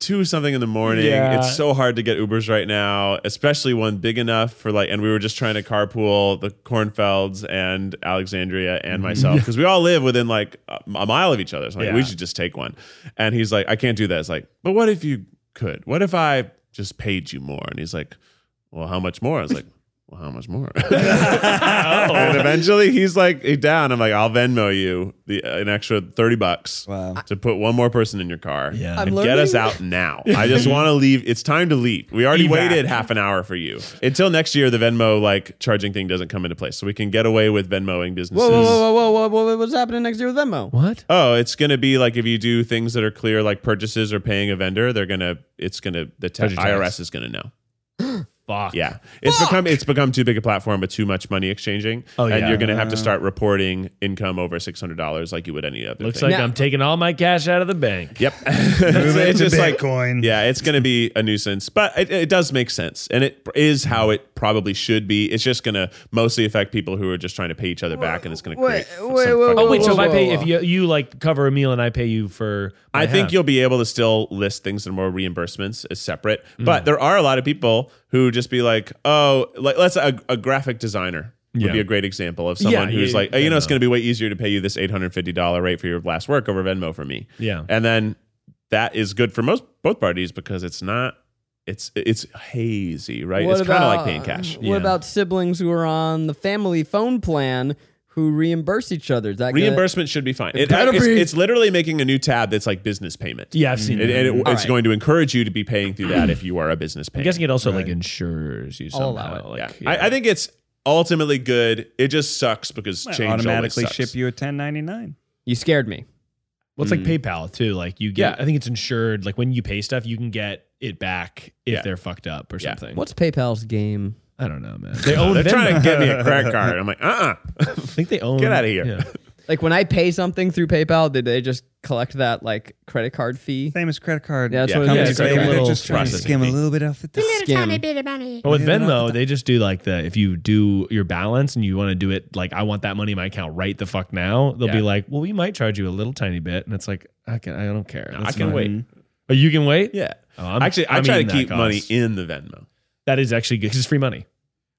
Speaker 5: Two something in the morning.
Speaker 3: Yeah.
Speaker 5: It's so hard to get Ubers right now, especially one big enough for like. And we were just trying to carpool the Cornfelds and Alexandria
Speaker 3: Mm-hmm.
Speaker 5: and myself because we all live within like a a mile of each other. So I'm like,
Speaker 3: Yeah.
Speaker 5: we should just take one. And he's like, I can't do that. It's like, but what if you could? What if I just paid you more? And he's like, well, how much more? I was like, well, how much more? and eventually he's like "Hey, down. I'm like, I'll Venmo you the uh, an extra thirty bucks
Speaker 2: Wow.
Speaker 5: to put one more person in your car.
Speaker 3: Yeah.
Speaker 5: and
Speaker 4: I'm
Speaker 5: get us
Speaker 4: learning.
Speaker 5: out now. I just want to leave. It's time to leave. We already
Speaker 3: Evac.
Speaker 5: waited half an hour for you. Until next year, the Venmo like charging thing doesn't come into place, so we can get away with Venmoing businesses.
Speaker 4: Whoa, whoa, whoa, whoa, whoa, whoa, whoa, what's happening next year with Venmo?
Speaker 3: What?
Speaker 5: Oh, it's gonna be like if you do things that are clear, like purchases or paying a vendor, they're gonna. It's gonna the ta-
Speaker 3: Charge you tax.
Speaker 5: IRS is gonna know.
Speaker 3: Fuck.
Speaker 5: Yeah, it's become it's become too big a platform with too much money exchanging,
Speaker 3: Oh,
Speaker 5: and
Speaker 3: yeah.
Speaker 5: you're gonna have to start reporting income over six hundred dollars like you would any other.
Speaker 3: Looks
Speaker 5: thing.
Speaker 3: like
Speaker 4: Now-
Speaker 3: I'm taking all my cash out of the bank.
Speaker 5: Yep. it's
Speaker 6: Move it
Speaker 5: it's
Speaker 6: to
Speaker 5: just like
Speaker 6: Bitcoin.
Speaker 5: yeah, it's going to be a nuisance, but it, it does make sense, and it is how it probably should be. It's just going to mostly affect people who are just trying to pay each other back, and it's going to
Speaker 4: Wait,
Speaker 5: create.
Speaker 4: wait,
Speaker 5: some
Speaker 4: wait,
Speaker 5: fucking-
Speaker 4: wait,
Speaker 3: Oh wait, so if
Speaker 4: Whoa,
Speaker 3: I
Speaker 4: whoa,
Speaker 3: pay,
Speaker 4: whoa.
Speaker 3: if you you like cover a meal and I pay you for, my
Speaker 5: I think
Speaker 3: half.
Speaker 5: you'll be able to still list things that are more reimbursements as separate,
Speaker 3: Mm.
Speaker 5: but there are a lot of people who just be like, oh, like let's say a, a graphic designer would
Speaker 3: Yeah.
Speaker 5: be a great example of
Speaker 3: Yeah,
Speaker 5: someone who's
Speaker 3: yeah,
Speaker 5: like, oh,
Speaker 3: yeah,
Speaker 5: you know, it's
Speaker 3: no.
Speaker 5: going to be way easier to pay you this eight hundred fifty dollar rate for your last work over Venmo for me.
Speaker 3: Yeah.
Speaker 5: and then that is good for most both parties because it's not. It's it's hazy, right?
Speaker 4: What
Speaker 5: it's kind of like
Speaker 4: about-
Speaker 5: paying cash.
Speaker 4: What
Speaker 3: Yeah.
Speaker 4: about siblings who are on the family phone plan who reimburse each other? Is that gonna-
Speaker 5: Reimbursement should be fine. It,
Speaker 4: Better
Speaker 5: it's,
Speaker 4: be.
Speaker 5: it's literally making a new tab that's like business payment.
Speaker 3: yeah, I've
Speaker 4: Mm,
Speaker 3: seen
Speaker 5: And,
Speaker 3: that.
Speaker 5: and it-
Speaker 4: All
Speaker 5: it's
Speaker 4: right.
Speaker 5: going to encourage you to be paying through that if you are a business
Speaker 3: I'm
Speaker 5: payment.
Speaker 3: guessing it also like insures you somehow.
Speaker 4: I'll allow it.
Speaker 3: Like,
Speaker 5: yeah. I, I think it's ultimately good. It just sucks because change
Speaker 2: automatically
Speaker 5: always sucks.
Speaker 2: ship you a 1099.
Speaker 4: You scared me.
Speaker 3: well, it's like PayPal too. Like you get,
Speaker 5: Mm. Yeah.
Speaker 3: I think it's insured. Like when you pay stuff, you can get it back if
Speaker 5: Yeah.
Speaker 3: they're fucked up or
Speaker 5: Yeah.
Speaker 3: something.
Speaker 4: What's PayPal's game?
Speaker 3: I don't know, man.
Speaker 5: They own. They're trying to get me a credit card. I'm like, uh, uh
Speaker 3: I think they own.
Speaker 5: Get outta here.
Speaker 3: Yeah.
Speaker 4: Like when I pay something through PayPal, did they just collect that like credit card fee?
Speaker 2: Same as credit card.
Speaker 4: Yeah, that's what it
Speaker 2: companies,
Speaker 4: is. It's like a
Speaker 2: baby. They're
Speaker 4: little
Speaker 2: just trying to
Speaker 5: processing
Speaker 2: skim a
Speaker 5: fee.
Speaker 2: little bit off the top.
Speaker 4: Skim.
Speaker 3: But with Venmo, they just do like the if you do your balance and you want to do it like I want that money in my account right the fuck now, they'll be
Speaker 5: Yeah.
Speaker 3: like, well, we might charge you a little tiny bit, and it's like I can I don't care.
Speaker 5: I
Speaker 3: That's
Speaker 5: can
Speaker 3: fine.
Speaker 5: wait.
Speaker 3: Oh, you can wait.
Speaker 5: Yeah.
Speaker 3: Oh, I'm-
Speaker 5: Actually, I
Speaker 3: I'm
Speaker 5: try to
Speaker 3: eating that
Speaker 5: keep money
Speaker 3: cost.
Speaker 5: in the Venmo.
Speaker 3: That is actually good 'cause it's free money.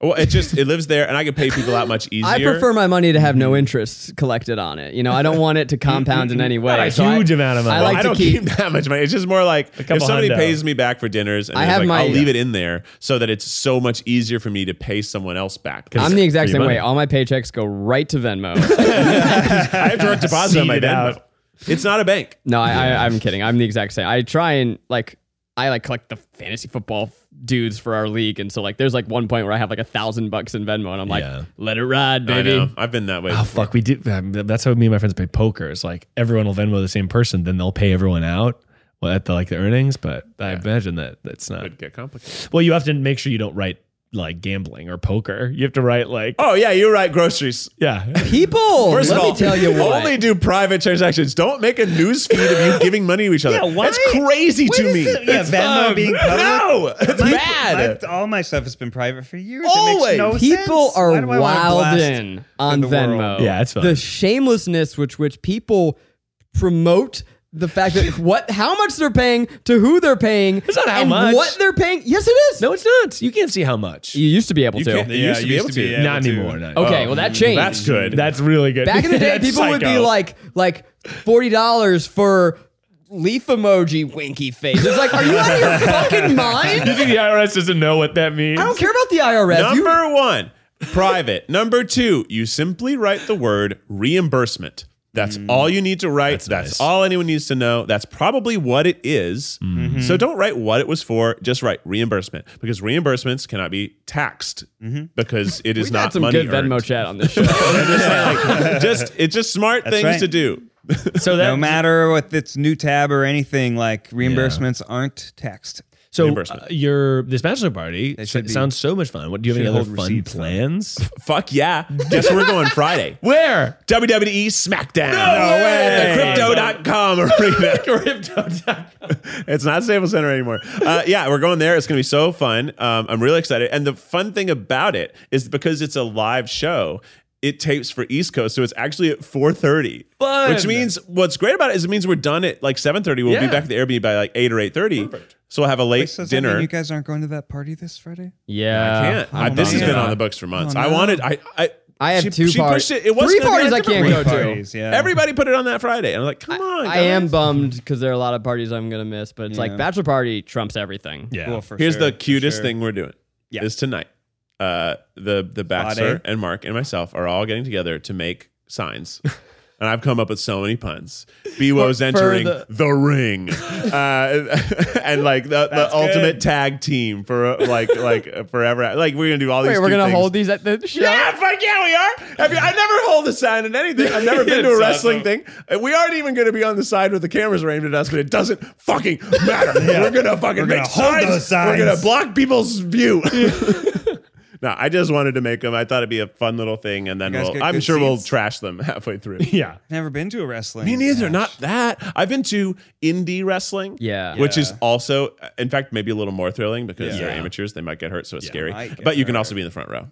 Speaker 5: Well, it just it lives there, and I can pay people out much easier.
Speaker 4: I prefer my money to have no interest collected on it. You know, I don't want it to compound in any way.
Speaker 3: a
Speaker 4: So I-
Speaker 3: huge amount of money.
Speaker 4: I
Speaker 5: Well,
Speaker 4: like
Speaker 5: I
Speaker 4: to
Speaker 5: don't
Speaker 4: keep.
Speaker 5: keep, that much money. It's just more like
Speaker 3: couple
Speaker 5: if somebody
Speaker 3: hundo.
Speaker 5: pays me back for dinners, and
Speaker 4: I
Speaker 5: I
Speaker 4: have
Speaker 5: like,
Speaker 4: my- uh,
Speaker 5: I'll leave it in there so that it's so much easier for me to pay someone else back.
Speaker 4: I'm the exact
Speaker 3: free
Speaker 4: same way.
Speaker 3: money.
Speaker 4: All my paychecks go right to Venmo.
Speaker 5: I have direct deposit on my
Speaker 3: Seed it
Speaker 5: Venmo.
Speaker 3: out.
Speaker 5: It's not a bank.
Speaker 4: no, I, I, I'm kidding. I'm the exact same. I try and like, I like collect the fantasy football f- dudes for our league, and so like, there's like one point where I have like a thousand bucks in Venmo, and I'm like,
Speaker 3: Yeah.
Speaker 4: let it ride,
Speaker 5: I
Speaker 4: baby. Ah,
Speaker 5: know. I've been that way.
Speaker 3: Oh fuck, we do. um, th- That's how me and my friends play poker. It's like everyone will Venmo the same person, then they'll pay everyone out well, at the like the earnings. But I imagine that that's not.
Speaker 5: It would get complicated.
Speaker 3: Well, you have to make sure you don't write like gambling or poker. You have to write like
Speaker 5: Oh yeah, you're right. Groceries.
Speaker 3: yeah.
Speaker 4: People, Oh, let
Speaker 5: First of all,
Speaker 4: me tell you what.
Speaker 5: only do private transactions. Don't make a news feed of you giving money to each other.
Speaker 3: Yeah, why?
Speaker 5: That's crazy to me.
Speaker 6: Yeah, Venmo being public.
Speaker 5: No, it's
Speaker 6: My-
Speaker 5: bad.
Speaker 6: my- all my stuff has been private for years. It makes
Speaker 5: Always.
Speaker 6: no
Speaker 4: people
Speaker 6: sense. Why
Speaker 4: are
Speaker 6: do I wanna blast
Speaker 4: wild in on
Speaker 6: the
Speaker 4: Venmo.
Speaker 6: world?
Speaker 3: Yeah, it's fun.
Speaker 4: the shamelessness which which people promote the fact that what how much they're paying to who they're paying it's
Speaker 3: not how
Speaker 4: and
Speaker 3: much.
Speaker 4: what they're paying. Yes, it is.
Speaker 3: No, it's not. You can't see how much.
Speaker 4: you used to be able to.
Speaker 5: can't-
Speaker 6: Yeah,
Speaker 5: used to be able to.
Speaker 6: able
Speaker 3: not
Speaker 6: to.
Speaker 3: anymore. Not
Speaker 4: Okay, well that changed.
Speaker 5: That's good.
Speaker 3: Oh, That's really good.
Speaker 4: Back in the day,
Speaker 3: That's
Speaker 4: people would be
Speaker 3: psycho.
Speaker 4: like like forty dollars for leaf emoji winky face. It's like, are you out of your fucking
Speaker 3: "You
Speaker 4: mind?
Speaker 3: think the IRS doesn't know what that means?"
Speaker 4: I don't care about the IRS. You-
Speaker 5: Number one, private. Number two, you simply write the word reimbursement. That's
Speaker 4: Mm.
Speaker 5: all you need to write. That's,
Speaker 3: nice.
Speaker 5: all anyone needs to know. That's probably what it is.
Speaker 4: Mm-hmm.
Speaker 5: So don't write what it was for. Just write reimbursement because reimbursements cannot be taxed because it is
Speaker 4: Mm-hmm. We've
Speaker 5: not
Speaker 4: had some
Speaker 5: money
Speaker 4: good
Speaker 5: earned.
Speaker 4: Venmo chat on this show.
Speaker 5: just, saying, like, just- it's just smart things
Speaker 6: right.
Speaker 5: to do.
Speaker 3: So that
Speaker 2: No matter what it's new tab or anything, like reimbursements aren't taxed.
Speaker 3: so
Speaker 5: Reimbursement.
Speaker 3: uh, your this bachelor party s-
Speaker 2: should be-
Speaker 3: sounds so much fun. What do you have
Speaker 2: should
Speaker 3: any other
Speaker 2: hold
Speaker 3: fun
Speaker 2: receipts, though.
Speaker 3: plans?
Speaker 5: Fuck yeah! Guess where we're going Friday.
Speaker 3: Where?
Speaker 5: WWE E SmackDown. No
Speaker 3: way.
Speaker 5: At the Crypto.com arena. It's not Staples Center anymore. Uh, yeah, we're going there. It's going to be so fun. Um, I'm really excited. And the fun thing about it is because it's a live show. It tapes for East Coast, so it's actually at 4:30.
Speaker 3: Fun.
Speaker 5: Which means what's great about it is it means we're done at like 7:30. We'll be
Speaker 3: Yeah.
Speaker 5: back at the Airbnb by like 8 or 8:30. So we'll have a late
Speaker 2: So does that mean
Speaker 5: dinner.
Speaker 2: you guys aren't going to that party this Friday?
Speaker 4: yeah,
Speaker 5: I can't. I, this has
Speaker 2: no.
Speaker 5: been on the books for months.
Speaker 2: Oh,
Speaker 5: I
Speaker 2: no.
Speaker 5: wanted. I. I
Speaker 4: I have
Speaker 5: she-
Speaker 4: two
Speaker 5: she
Speaker 4: parties.
Speaker 5: pushed it. It was
Speaker 4: Three
Speaker 5: gonna be on
Speaker 4: parties I can't
Speaker 5: different week.
Speaker 4: go to.
Speaker 2: Parties, yeah.
Speaker 5: Everybody put it on that Friday. And I'm like, come on.
Speaker 4: I am
Speaker 5: guys.
Speaker 4: bummed because there are a lot of parties I'm gonna miss, but it's like bachelor party trumps everything.
Speaker 3: Yeah.
Speaker 2: Well, for
Speaker 5: Here's
Speaker 2: sure,
Speaker 5: the
Speaker 2: for
Speaker 5: cutest
Speaker 2: sure.
Speaker 5: thing we're doing.
Speaker 2: Yeah.
Speaker 5: Is tonight. uh, the the Baxter
Speaker 2: Body.
Speaker 5: and Mark and myself are all getting together to make signs. And I've come up with so many puns. BWO's entering the,
Speaker 4: the-
Speaker 5: ring, uh, and like the, the ultimate tag team for uh, like like uh, forever. Like we're gonna do all these.
Speaker 4: Wait, we're
Speaker 5: cute
Speaker 4: gonna
Speaker 5: things.
Speaker 4: hold these at the show.
Speaker 5: Yeah, fuck yeah, we are. Have you, I never hold a sign in anything. I've never been to a
Speaker 3: It's
Speaker 5: wrestling
Speaker 3: awesome.
Speaker 5: thing. And We aren't even going to be on the side where the cameras are aimed at us, but it doesn't fucking matter. We're going to fucking
Speaker 6: We're
Speaker 5: make
Speaker 6: gonna hold
Speaker 5: signs.
Speaker 6: those
Speaker 5: We're going
Speaker 6: signs.
Speaker 5: to block people's view. no, I just wanted to make them. I thought it'd be a fun little thing, and then
Speaker 2: You guys
Speaker 5: we'll,
Speaker 2: get
Speaker 5: I'm
Speaker 2: good
Speaker 5: sure we'll
Speaker 2: seats?
Speaker 5: trash them halfway through.
Speaker 3: Yeah.
Speaker 2: Never been to a wrestling.
Speaker 5: Me neither.
Speaker 2: match.
Speaker 5: Not that. I've been to indie wrestling.
Speaker 4: Yeah.
Speaker 5: Which is also, in fact, maybe a little more thrilling because
Speaker 3: Yeah.
Speaker 5: they're
Speaker 3: Yeah.
Speaker 5: amateurs. They might get hurt, so it's
Speaker 3: Yeah.
Speaker 5: scary.
Speaker 2: Might get
Speaker 5: But you can
Speaker 2: hurt.
Speaker 5: also be in the front row.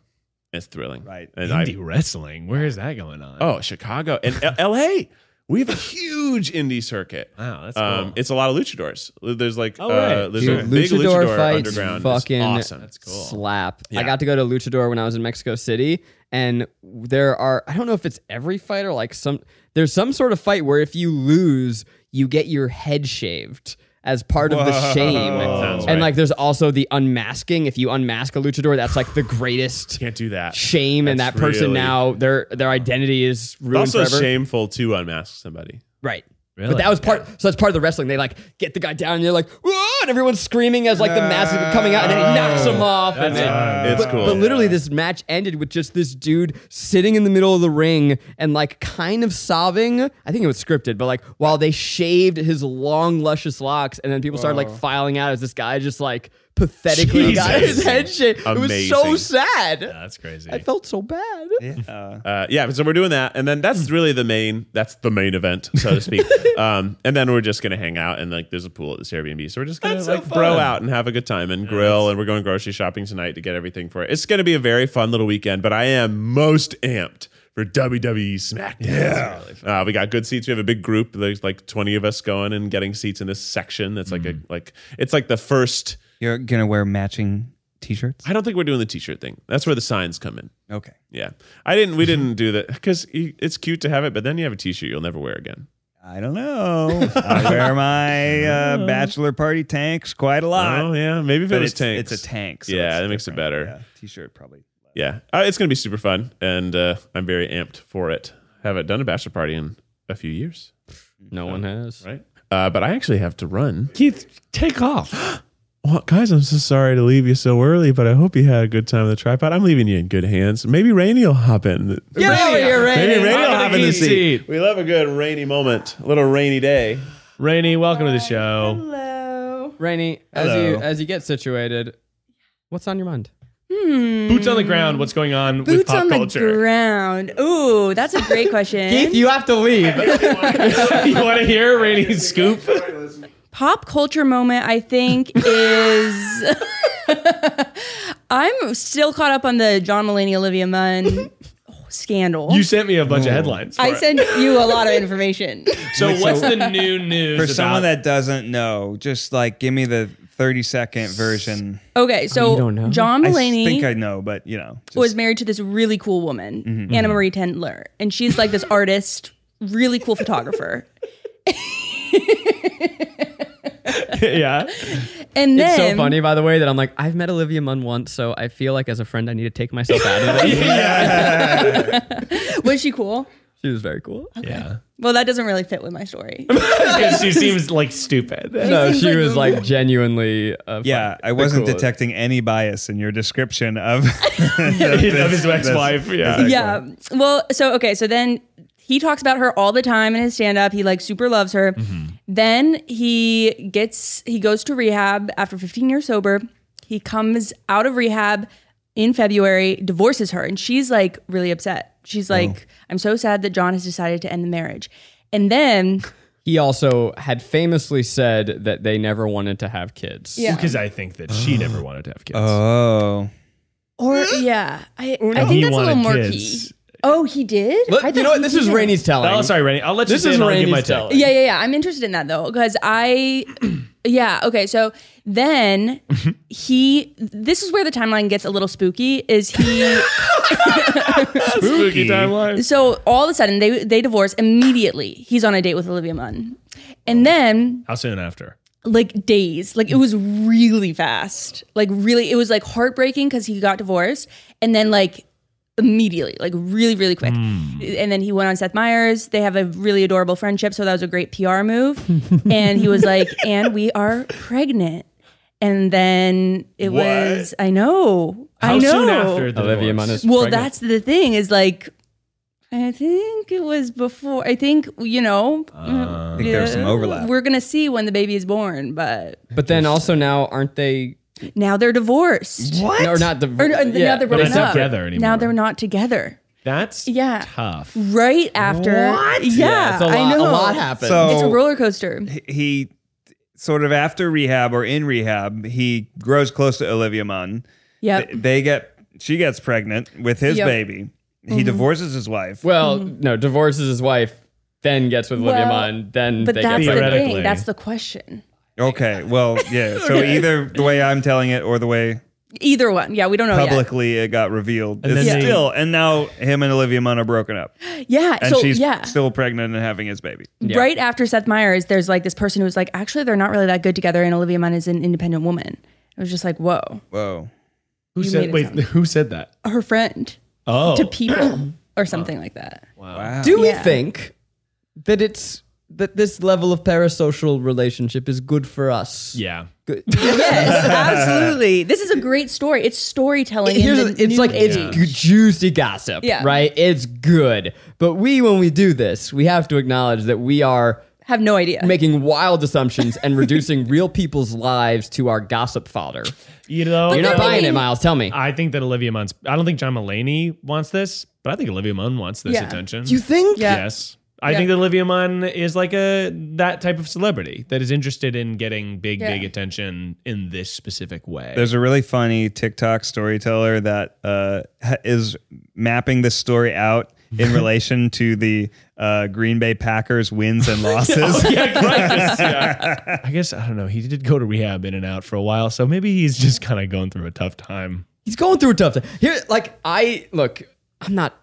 Speaker 5: It's thrilling.
Speaker 2: Right.
Speaker 5: And I-
Speaker 3: Indie wrestling. Where is that going on?
Speaker 5: oh, Chicago and L- LA. We have a huge indie circuit.
Speaker 3: wow, that's cool.
Speaker 5: Um, It's a lot of luchadors. There's like
Speaker 3: Oh,
Speaker 5: uh,
Speaker 3: right.
Speaker 5: there's
Speaker 4: Dude,
Speaker 5: a big
Speaker 4: luchador,
Speaker 5: luchador,
Speaker 4: fights
Speaker 5: underground. It's
Speaker 4: fucking
Speaker 5: awesome.
Speaker 3: cool.
Speaker 4: slap.
Speaker 5: Yeah.
Speaker 4: I got to go to Luchador when I was in Mexico City, and there are I don't know if it's every fight or like some there's some sort of fight where if you lose, you get your head shaved as part of the shame.
Speaker 5: sounds
Speaker 4: And
Speaker 5: right.
Speaker 4: like there's also the unmasking. If you unmask a luchador, that's like the greatest
Speaker 5: Can't do that.
Speaker 4: shame, and that
Speaker 5: That's
Speaker 4: person
Speaker 5: really-
Speaker 4: now their their identity is
Speaker 5: It's
Speaker 4: ruined
Speaker 5: also
Speaker 4: forever.
Speaker 5: shameful to unmask somebody.
Speaker 4: Right.
Speaker 3: Really?
Speaker 4: But that was part. So that's part of the wrestling. They like get the guy down, and they're like, "Whoa!" and everyone's screaming as like the mask is coming out, and then he knocks him off. And
Speaker 3: That's
Speaker 4: then,
Speaker 3: awesome.
Speaker 5: It's
Speaker 4: but,
Speaker 5: cool.
Speaker 4: But literally, this match ended with just this dude sitting in the middle of the ring and like kind of sobbing. I think it was scripted, but like while they shaved his long, luscious locks, and then people started
Speaker 5: Oh.
Speaker 4: like filing out as this guy just like pathetically
Speaker 3: Jesus.
Speaker 4: got his head shaved. It was so
Speaker 5: Amazing.
Speaker 4: sad.
Speaker 3: Yeah, that's crazy.
Speaker 4: I felt so bad.
Speaker 2: Uh,
Speaker 5: Uh, yeah, so we're doing that, and then
Speaker 3: Hmm.
Speaker 5: that's really the main that's the main event, so to speak. um, and then we're just gonna hang out, and like there's a pool at this Airbnb, so we're just gonna
Speaker 3: That's so
Speaker 5: like bro
Speaker 3: fun.
Speaker 5: out and have a good time and grill, and we're going grocery shopping tonight to get everything for it. It's gonna be a very fun little weekend, but I am most amped for WWE SmackDown. Yeah, uh, we got good seats. We have a big group. There's like 20 of us going and getting seats in this section. That's like
Speaker 3: Hmm.
Speaker 5: a like it's like the first.
Speaker 2: you're gonna wear matching t-shirts.
Speaker 5: I don't think we're doing the t-shirt thing. That's where the signs come in.
Speaker 2: Okay.
Speaker 5: Yeah, I didn't. We didn't do that because it's cute to have it, but then you have a T-shirt you'll never wear again.
Speaker 2: I don't know. I wear my uh, bachelor party tanks quite a lot.
Speaker 5: Oh yeah, maybe if
Speaker 2: Uh, but
Speaker 5: it was
Speaker 2: it's,
Speaker 5: tanks.
Speaker 2: it's a tank. So
Speaker 5: Yeah,
Speaker 2: it's
Speaker 5: that makes it
Speaker 2: different.
Speaker 5: better.
Speaker 2: Yeah, t-shirt probably.
Speaker 5: Yeah, uh, it's gonna be super fun, and uh, I'm very amped for it. Haven't done a bachelor party in a few years,
Speaker 4: No one has.
Speaker 5: right? Uh, but I actually have to run.
Speaker 3: Keith, take off.
Speaker 5: Well, guys, I'm so sorry to leave you so early, but I hope you had a good time with the tripod. I'm leaving you in good hands. Maybe Rainy will hop in.
Speaker 4: Get over here, Randy.
Speaker 5: Maybe Rainy will
Speaker 3: Hop in
Speaker 5: hop
Speaker 3: the
Speaker 5: in the
Speaker 3: key
Speaker 5: seat.
Speaker 3: seat.
Speaker 5: We love a good rainy moment, a little rainy day.
Speaker 3: Rainey, welcome to the show.
Speaker 7: Hello.
Speaker 4: Rainy, as
Speaker 2: Hello.
Speaker 4: you as you get situated, what's on your mind?
Speaker 3: Boots on the ground. What's going on with
Speaker 7: Boots
Speaker 3: pop
Speaker 7: on the
Speaker 3: culture?
Speaker 7: ground. Ooh, that's a great question.
Speaker 4: Keith, you have to leave.
Speaker 3: you want to hear Rainey's scoop?
Speaker 7: Pop culture moment, I think, is. I'm still caught up on the John Mulaney Olivia Munn scandal.
Speaker 3: You sent me a bunch of headlines. for
Speaker 7: I
Speaker 3: it.
Speaker 7: sent you a lot of information.
Speaker 3: So what's the new news
Speaker 2: For
Speaker 3: about-
Speaker 2: someone that doesn't know, just like give me the 30 second version.
Speaker 7: Okay, so
Speaker 4: Oh, don't know?
Speaker 7: John
Speaker 2: I
Speaker 7: Mulaney.
Speaker 2: think I know, but you know, just-
Speaker 7: was married to this really cool woman,
Speaker 4: Mm-hmm,
Speaker 7: Anna Marie Tendler, and she's like this artist, really cool photographer.
Speaker 3: yeah.
Speaker 7: And
Speaker 4: It's
Speaker 7: then
Speaker 4: so funny, by the way, that I'm like, I've met Olivia Munn once, so I feel like as a friend, I need to take myself out of it.
Speaker 7: was she cool?
Speaker 4: she was very cool.
Speaker 3: Yeah.
Speaker 7: Well, that doesn't really fit with my story.
Speaker 3: Because she seems like stupid.
Speaker 4: No,
Speaker 7: seems
Speaker 4: she
Speaker 7: like
Speaker 4: was
Speaker 7: a-
Speaker 4: like genuinely. Uh,
Speaker 2: yeah,
Speaker 4: fun-
Speaker 2: I wasn't
Speaker 4: cool.
Speaker 2: detecting any bias in your description of
Speaker 3: of his ex-wife. Yeah.
Speaker 7: yeah. Well, so okay, so then he talks about her all the time in his stand up. He like super loves her.
Speaker 4: Mm-hmm.
Speaker 7: Then he gets he goes to rehab after 15 years sober. He comes out of rehab in February, divorces her, and she's like really upset.
Speaker 4: Oh.
Speaker 7: She's like, I'm so sad that John has decided to end the marriage. And then
Speaker 4: He also had famously said that they never wanted to have kids.
Speaker 7: Yeah.
Speaker 3: Because I think that she never wanted to have kids.
Speaker 2: Oh,
Speaker 7: or yeah, I,
Speaker 4: Oh,
Speaker 7: I
Speaker 3: He
Speaker 7: think that's a little
Speaker 3: wanted
Speaker 7: more
Speaker 3: kids.
Speaker 7: key. Oh, he did?
Speaker 4: Look,
Speaker 7: I
Speaker 4: you
Speaker 7: thought
Speaker 4: know what?
Speaker 7: he
Speaker 4: This is
Speaker 7: didn't.
Speaker 4: Rainey's telling.
Speaker 3: Oh, sorry, Rainey. I'll let
Speaker 4: This
Speaker 3: you say
Speaker 4: is
Speaker 3: it and I'll give
Speaker 4: Rainey's
Speaker 3: my take.
Speaker 4: telling.
Speaker 7: Yeah, yeah, yeah. I'm interested in that though, because I, yeah, okay. So then he, this is where the timeline gets a little spooky. Is he?
Speaker 3: Spooky timeline.
Speaker 7: so all of a sudden they they divorce immediately. He's on a date with Olivia Munn, and then
Speaker 3: How soon after?
Speaker 7: like days. Like it was really fast. Like really, it was like heartbreaking because he got divorced and then like immediately, like really, really quick.
Speaker 3: Hmm.
Speaker 7: And then he went on Seth Meyers. They have a really adorable friendship. So that was a great PR move. and he was like, and we are pregnant. And then it
Speaker 5: What?
Speaker 7: was, I know.
Speaker 3: How
Speaker 7: I know.
Speaker 3: soon after the
Speaker 4: Olivia
Speaker 3: divorce?
Speaker 4: Munn is
Speaker 7: Well,
Speaker 4: pregnant.
Speaker 7: that's the thing is like, I think it was before. I think you know. I
Speaker 2: think there's some overlap.
Speaker 7: We're gonna see when the baby is born, but
Speaker 4: But then also now aren't they?
Speaker 7: now they're divorced.
Speaker 4: What? Or not the?
Speaker 7: Or, uh, now they're broken
Speaker 3: not
Speaker 7: up.
Speaker 3: together anymore.
Speaker 7: Now they're not together.
Speaker 3: That's
Speaker 7: Yeah.
Speaker 3: tough.
Speaker 7: Right after. What? Yeah,
Speaker 4: Yeah, it's a lot,
Speaker 7: I know.
Speaker 4: a lot happened.
Speaker 2: So-
Speaker 7: It's a roller coaster.
Speaker 2: he sort of after rehab or in rehab, he grows close to Olivia Munn.
Speaker 7: Yep.
Speaker 2: They, they get she gets pregnant with his
Speaker 7: Yep. Mm-hmm.
Speaker 2: baby. He divorces his wife.
Speaker 4: well, no, divorces his wife, then gets with Olivia
Speaker 7: Well,
Speaker 4: Munn, then
Speaker 7: But
Speaker 4: they get
Speaker 7: that's the
Speaker 4: pregnant.
Speaker 7: thing.
Speaker 3: Theoretically.
Speaker 7: That's the question.
Speaker 2: okay. Well, yeah. So either the way I'm telling it or the way
Speaker 7: Either one. Oh, Yeah, we don't know
Speaker 2: publicly it got revealed.
Speaker 3: And
Speaker 2: it's
Speaker 3: then they-
Speaker 2: still and now him and Olivia Munn are broken up.
Speaker 7: yet. Yeah.
Speaker 2: And
Speaker 7: so
Speaker 2: she's
Speaker 7: yeah. Mm.
Speaker 2: still pregnant and having his baby.
Speaker 7: right after Seth Meyers, there's like this person who's like, actually, they're not really that good together, and Olivia Munn is an independent woman. It was just like, whoa,
Speaker 2: Whoa.
Speaker 3: Who
Speaker 7: You made
Speaker 3: said?
Speaker 7: it
Speaker 3: Wait,
Speaker 7: sound-
Speaker 3: who said that?
Speaker 7: her friend
Speaker 3: Oh,
Speaker 7: to people or something like that.
Speaker 2: Wow.
Speaker 4: Do we
Speaker 7: Yeah.
Speaker 4: think that it's that this level of parasocial relationship is good for us?
Speaker 3: yeah.
Speaker 4: Good.
Speaker 7: yes, absolutely. This is a great story. It's storytelling. in
Speaker 4: Here's
Speaker 7: the
Speaker 4: the- it's
Speaker 7: new
Speaker 4: like it's
Speaker 7: age.
Speaker 4: g- juicy gossip,
Speaker 7: Yeah.
Speaker 4: right? It's good, but we when we do this, we have to acknowledge that we are
Speaker 7: have no idea.
Speaker 4: making wild assumptions and reducing real people's lives to our gossip fodder.
Speaker 3: You know,
Speaker 4: You're not buying it, Miles. Tell me.
Speaker 3: I think that Olivia Munn's. I don't think John Mulaney wants this, but I think Olivia Munn wants this
Speaker 7: Yeah.
Speaker 3: attention.
Speaker 4: Do you think?
Speaker 7: Yeah.
Speaker 3: Yes. I
Speaker 7: Uh, Yeah.
Speaker 3: think that Olivia Munn is like a that type of celebrity that is interested in getting big,
Speaker 7: Yeah.
Speaker 3: big attention in this specific way.
Speaker 2: There's a really funny TikTok storyteller that uh, ha- is mapping this story out in relation to the uh, Green Bay Packers wins and losses.
Speaker 3: I guess I don't know. He did go to rehab in and out for a while, so maybe he's just kind of going through a tough time.
Speaker 4: He's going through a tough time. Here, like I look, I'm not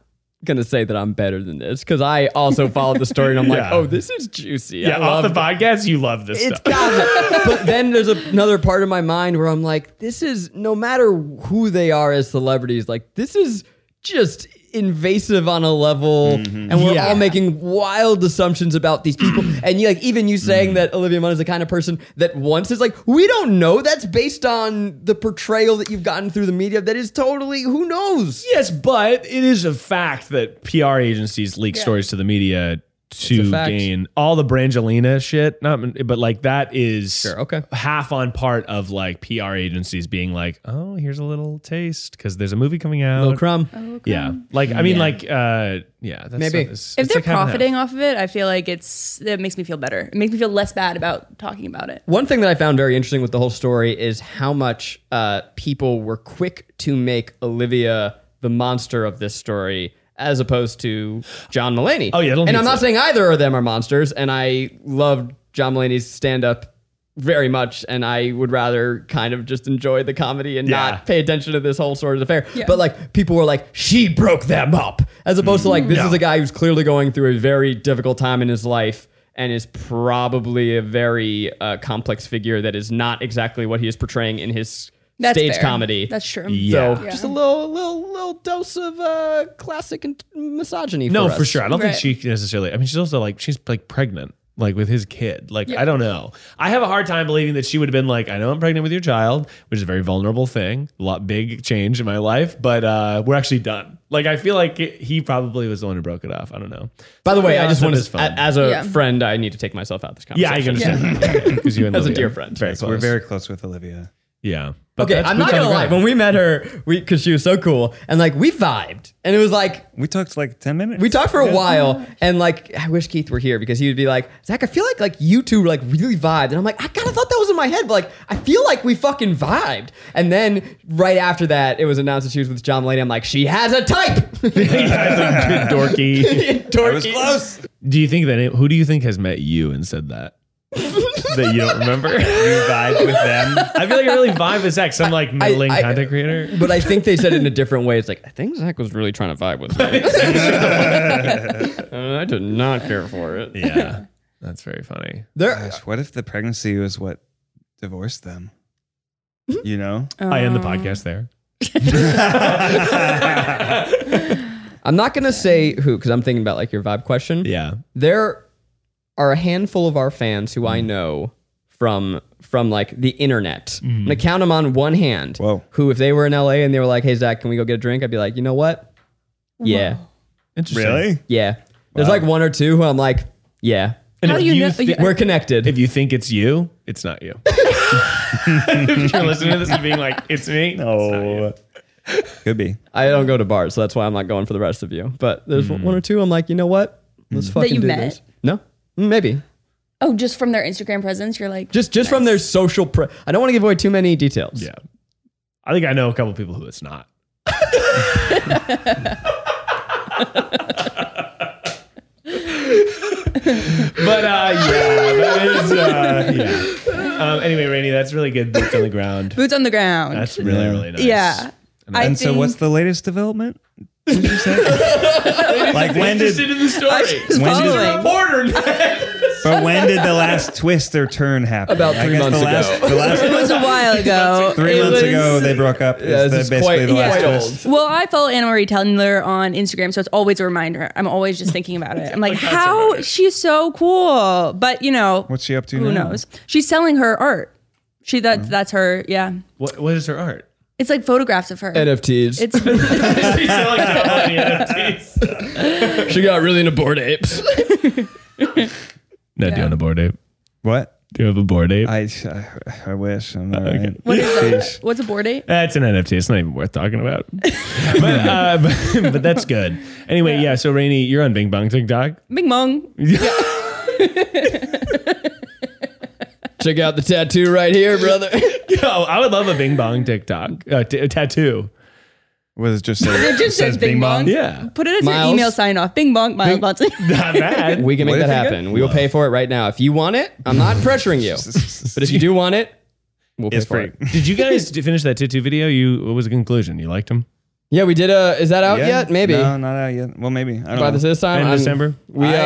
Speaker 4: gonna say that I'm better than this because I also followed the story and I'm like,
Speaker 3: Yeah.
Speaker 4: oh, this is juicy. I
Speaker 3: Yeah, off the
Speaker 4: love
Speaker 3: podcast, you love this
Speaker 4: It's
Speaker 3: stuff.
Speaker 4: gossip. but then there's another part of my mind where I'm like, this is no matter who they are as celebrities, like this is just invasive on a level and we're all making wild assumptions about these people and you like even you saying that olivia munn is the kind of person that once is like we don't know that's based on the portrayal that you've gotten through the media that is totally who knows
Speaker 3: Yes, but it is a fact that PR agencies leak stories to the media to
Speaker 4: fact.
Speaker 3: gain all the Brangelina shit. Not, but like that is
Speaker 4: Sure, okay.
Speaker 3: half on part of like PR agencies being like, oh, here's a little taste because there's a movie coming out.
Speaker 4: little crumb
Speaker 3: Yeah, like I mean, like uh, yeah, that's
Speaker 4: Maybe.
Speaker 3: it's-
Speaker 7: if
Speaker 3: it's
Speaker 7: they're
Speaker 3: like half and half.
Speaker 7: profiting off of it, I feel like it's it makes me feel better. It makes me feel less bad about talking about it.
Speaker 4: One thing that I found very interesting with the whole story is how much uh, people were quick to make Olivia the monster of this story as opposed to John Mulaney.
Speaker 3: Oh, yeah, I don't
Speaker 4: and
Speaker 3: think
Speaker 4: I'm not
Speaker 3: so.
Speaker 4: saying either of them are monsters, and I loved John Mulaney's stand up very much, and I would rather kind of just enjoy the comedy and
Speaker 3: Yeah.
Speaker 4: not pay attention to this whole sort of affair. But like people were like, she broke them up, as opposed to like this is a guy who's clearly going through a very difficult time in his life and is probably a very uh, complex figure that is not exactly what he is portraying in his
Speaker 7: That's
Speaker 4: stage
Speaker 7: fair.
Speaker 4: comedy.
Speaker 7: That's true.
Speaker 3: Yeah.
Speaker 4: So just a little, little, little dose of uh, classic and misogyny.
Speaker 3: No,
Speaker 4: for,
Speaker 3: for,
Speaker 4: us.
Speaker 3: sure. I don't
Speaker 7: Right.
Speaker 3: think she necessarily. I mean, she's also like she's like pregnant, like with his kid. Like I don't know. I have a hard time believing that she would have been like, I know I'm pregnant with your child, which is a very vulnerable thing, a lot big change in my life, but uh, we're actually done. Like I feel like he probably was the one who broke it off. I don't know.
Speaker 4: By the way, I just
Speaker 3: Gossip
Speaker 4: want
Speaker 3: is
Speaker 4: to,
Speaker 3: fun.
Speaker 4: as a
Speaker 7: Yeah.
Speaker 4: friend, I need to take myself out of this
Speaker 3: Yeah,
Speaker 4: conversation.
Speaker 3: I can understand that. 'Cause you and
Speaker 4: As a
Speaker 3: Olivia
Speaker 4: dear
Speaker 3: are
Speaker 4: friend.
Speaker 3: very
Speaker 2: We're
Speaker 3: close.
Speaker 2: very close with Olivia.
Speaker 3: yeah.
Speaker 4: Okay,
Speaker 3: that's-
Speaker 4: I'm
Speaker 3: we
Speaker 4: not
Speaker 3: talked
Speaker 4: gonna lie.
Speaker 3: about-
Speaker 4: When we met her, we because she was so cool, and like we vibed, and it was like
Speaker 2: We talked like 10 minutes.
Speaker 4: we talked for a while, and like I wish Keith were here because he would be like, Zach, I feel like like you two like really vibed, and I'm like, I kind of thought that was in my head, but like I feel like we fucking vibed, and then right after that, it was announced that she was with John Mulaney. I'm like, she has a type.
Speaker 3: Yeah, it's like, dorky.
Speaker 4: Dorky.
Speaker 2: I was close.
Speaker 3: Do you think that it, who do you think has met you and said that? that you don't remember?
Speaker 2: You vibe with them.
Speaker 3: I feel like I really vibe with Zach, some like middling
Speaker 4: I-
Speaker 3: content creator.
Speaker 4: But I think they said it in a different way. It's like I think Zach was really trying to vibe with me. And I did not care for it.
Speaker 3: Yeah. That's very funny.
Speaker 4: There,
Speaker 2: Gosh, what if the pregnancy was what divorce them. You know?
Speaker 3: I end the podcast there.
Speaker 4: I'm not gonna say who because I'm thinking about like your vibe question.
Speaker 3: Yeah.
Speaker 4: there are a handful of our fans who I know from from like the internet. And I count them on one hand.
Speaker 2: Whoa.
Speaker 4: Who, if they were in LA and they were like, "Hey Zach, can we go get a drink?" I'd be like, "You know what? Yeah,
Speaker 3: Interesting.
Speaker 6: Really?
Speaker 4: yeah." There's like one or two who I'm like, "Yeah,
Speaker 3: And
Speaker 7: How
Speaker 3: if
Speaker 7: do you know-
Speaker 3: thi-
Speaker 7: you-
Speaker 4: we're connected."
Speaker 3: if you think it's you, it's not you. if you're listening to this and being like, it's me.
Speaker 6: Oh,
Speaker 2: Could be.
Speaker 4: I don't go to bars, so that's why I'm not going for the rest of you. But there's
Speaker 2: Hmm.
Speaker 4: one or two I'm like, you know what? Let's fucking
Speaker 7: you
Speaker 4: do
Speaker 7: met?
Speaker 4: this. No, maybe
Speaker 7: Oh, just from their Instagram presence, you're like
Speaker 4: just just from their social. Pre- I don't want to give away too many details.
Speaker 3: Yeah. I think I know a couple people who it's not. but uh, yeah, that is uh, yeah. Um, anyway, Rainey, that's really good boots on the ground.
Speaker 7: boots on the ground.
Speaker 3: That's really
Speaker 2: Yeah.
Speaker 3: really nice.
Speaker 7: yeah. I
Speaker 2: and so what's
Speaker 7: think-
Speaker 2: the latest development? What'd you say?
Speaker 6: like when did?
Speaker 3: in the story.
Speaker 2: When did-
Speaker 7: following.
Speaker 3: Porter.
Speaker 2: But when did the last twist or turn happen?
Speaker 4: About three months
Speaker 2: the
Speaker 4: ago.
Speaker 2: last, The
Speaker 7: It
Speaker 2: last
Speaker 7: was a while ago.
Speaker 2: three
Speaker 7: It
Speaker 2: months
Speaker 7: was-
Speaker 2: ago they broke up.
Speaker 4: Yeah,
Speaker 2: is the-
Speaker 4: this is
Speaker 2: basically
Speaker 4: quite-
Speaker 2: the last
Speaker 4: quite
Speaker 2: twist.
Speaker 4: old.
Speaker 7: Well, I follow Anna Marie Teller on Instagram, so it's always a reminder. I'm always just thinking about it. I'm like, how she's so cool, but you know,
Speaker 2: What's she up to
Speaker 7: who
Speaker 2: now?
Speaker 7: knows? She's selling her art. She that that's her. Yeah,
Speaker 3: What, what is her art?
Speaker 7: it's like photographs of her.
Speaker 4: NFTs.
Speaker 7: It's
Speaker 3: She's selling NFTs.
Speaker 4: she got really into bored apes.
Speaker 3: No, do you have a board ape?
Speaker 2: What?
Speaker 3: Do you have a board ape?
Speaker 2: I, I, I wish. I'm not right.
Speaker 7: what is that? What's a board date?
Speaker 3: That's an NFT. Uh, It's not even worth talking about. but, uh, but, but that's good. Anyway, yeah. So Rainey, you're on Bing Bong TikTok.
Speaker 7: Bing Mong.
Speaker 4: Check out the tattoo right here, brother.
Speaker 3: Yo, Oh, I would love a Bing Bong TikTok uh, t- a tattoo.
Speaker 2: Was it just a,
Speaker 7: It just says Bing Bong.
Speaker 3: Yeah,
Speaker 7: Put it as
Speaker 4: Miles?
Speaker 7: your email sign off. Bing Bong. Miles Watson.
Speaker 3: not bad.
Speaker 4: We can make
Speaker 2: What if
Speaker 4: that
Speaker 2: you get-
Speaker 4: happen. We will pay for it right now. If you want it, I'm not pressuring you. But if you do want it, we'll pay
Speaker 2: it's
Speaker 4: for
Speaker 2: free.
Speaker 4: it.
Speaker 3: Did you guys finish that tattoo video? You what was the conclusion? You liked them
Speaker 4: Yeah, we did a. Is that out
Speaker 2: Yeah?
Speaker 4: yet? Maybe.
Speaker 2: No, not out yet. Well, maybe. I don't
Speaker 4: By
Speaker 2: know.
Speaker 4: this, this time,
Speaker 3: in
Speaker 2: Um,
Speaker 4: I'm-
Speaker 3: December?
Speaker 4: We, uh,
Speaker 2: I,
Speaker 4: I,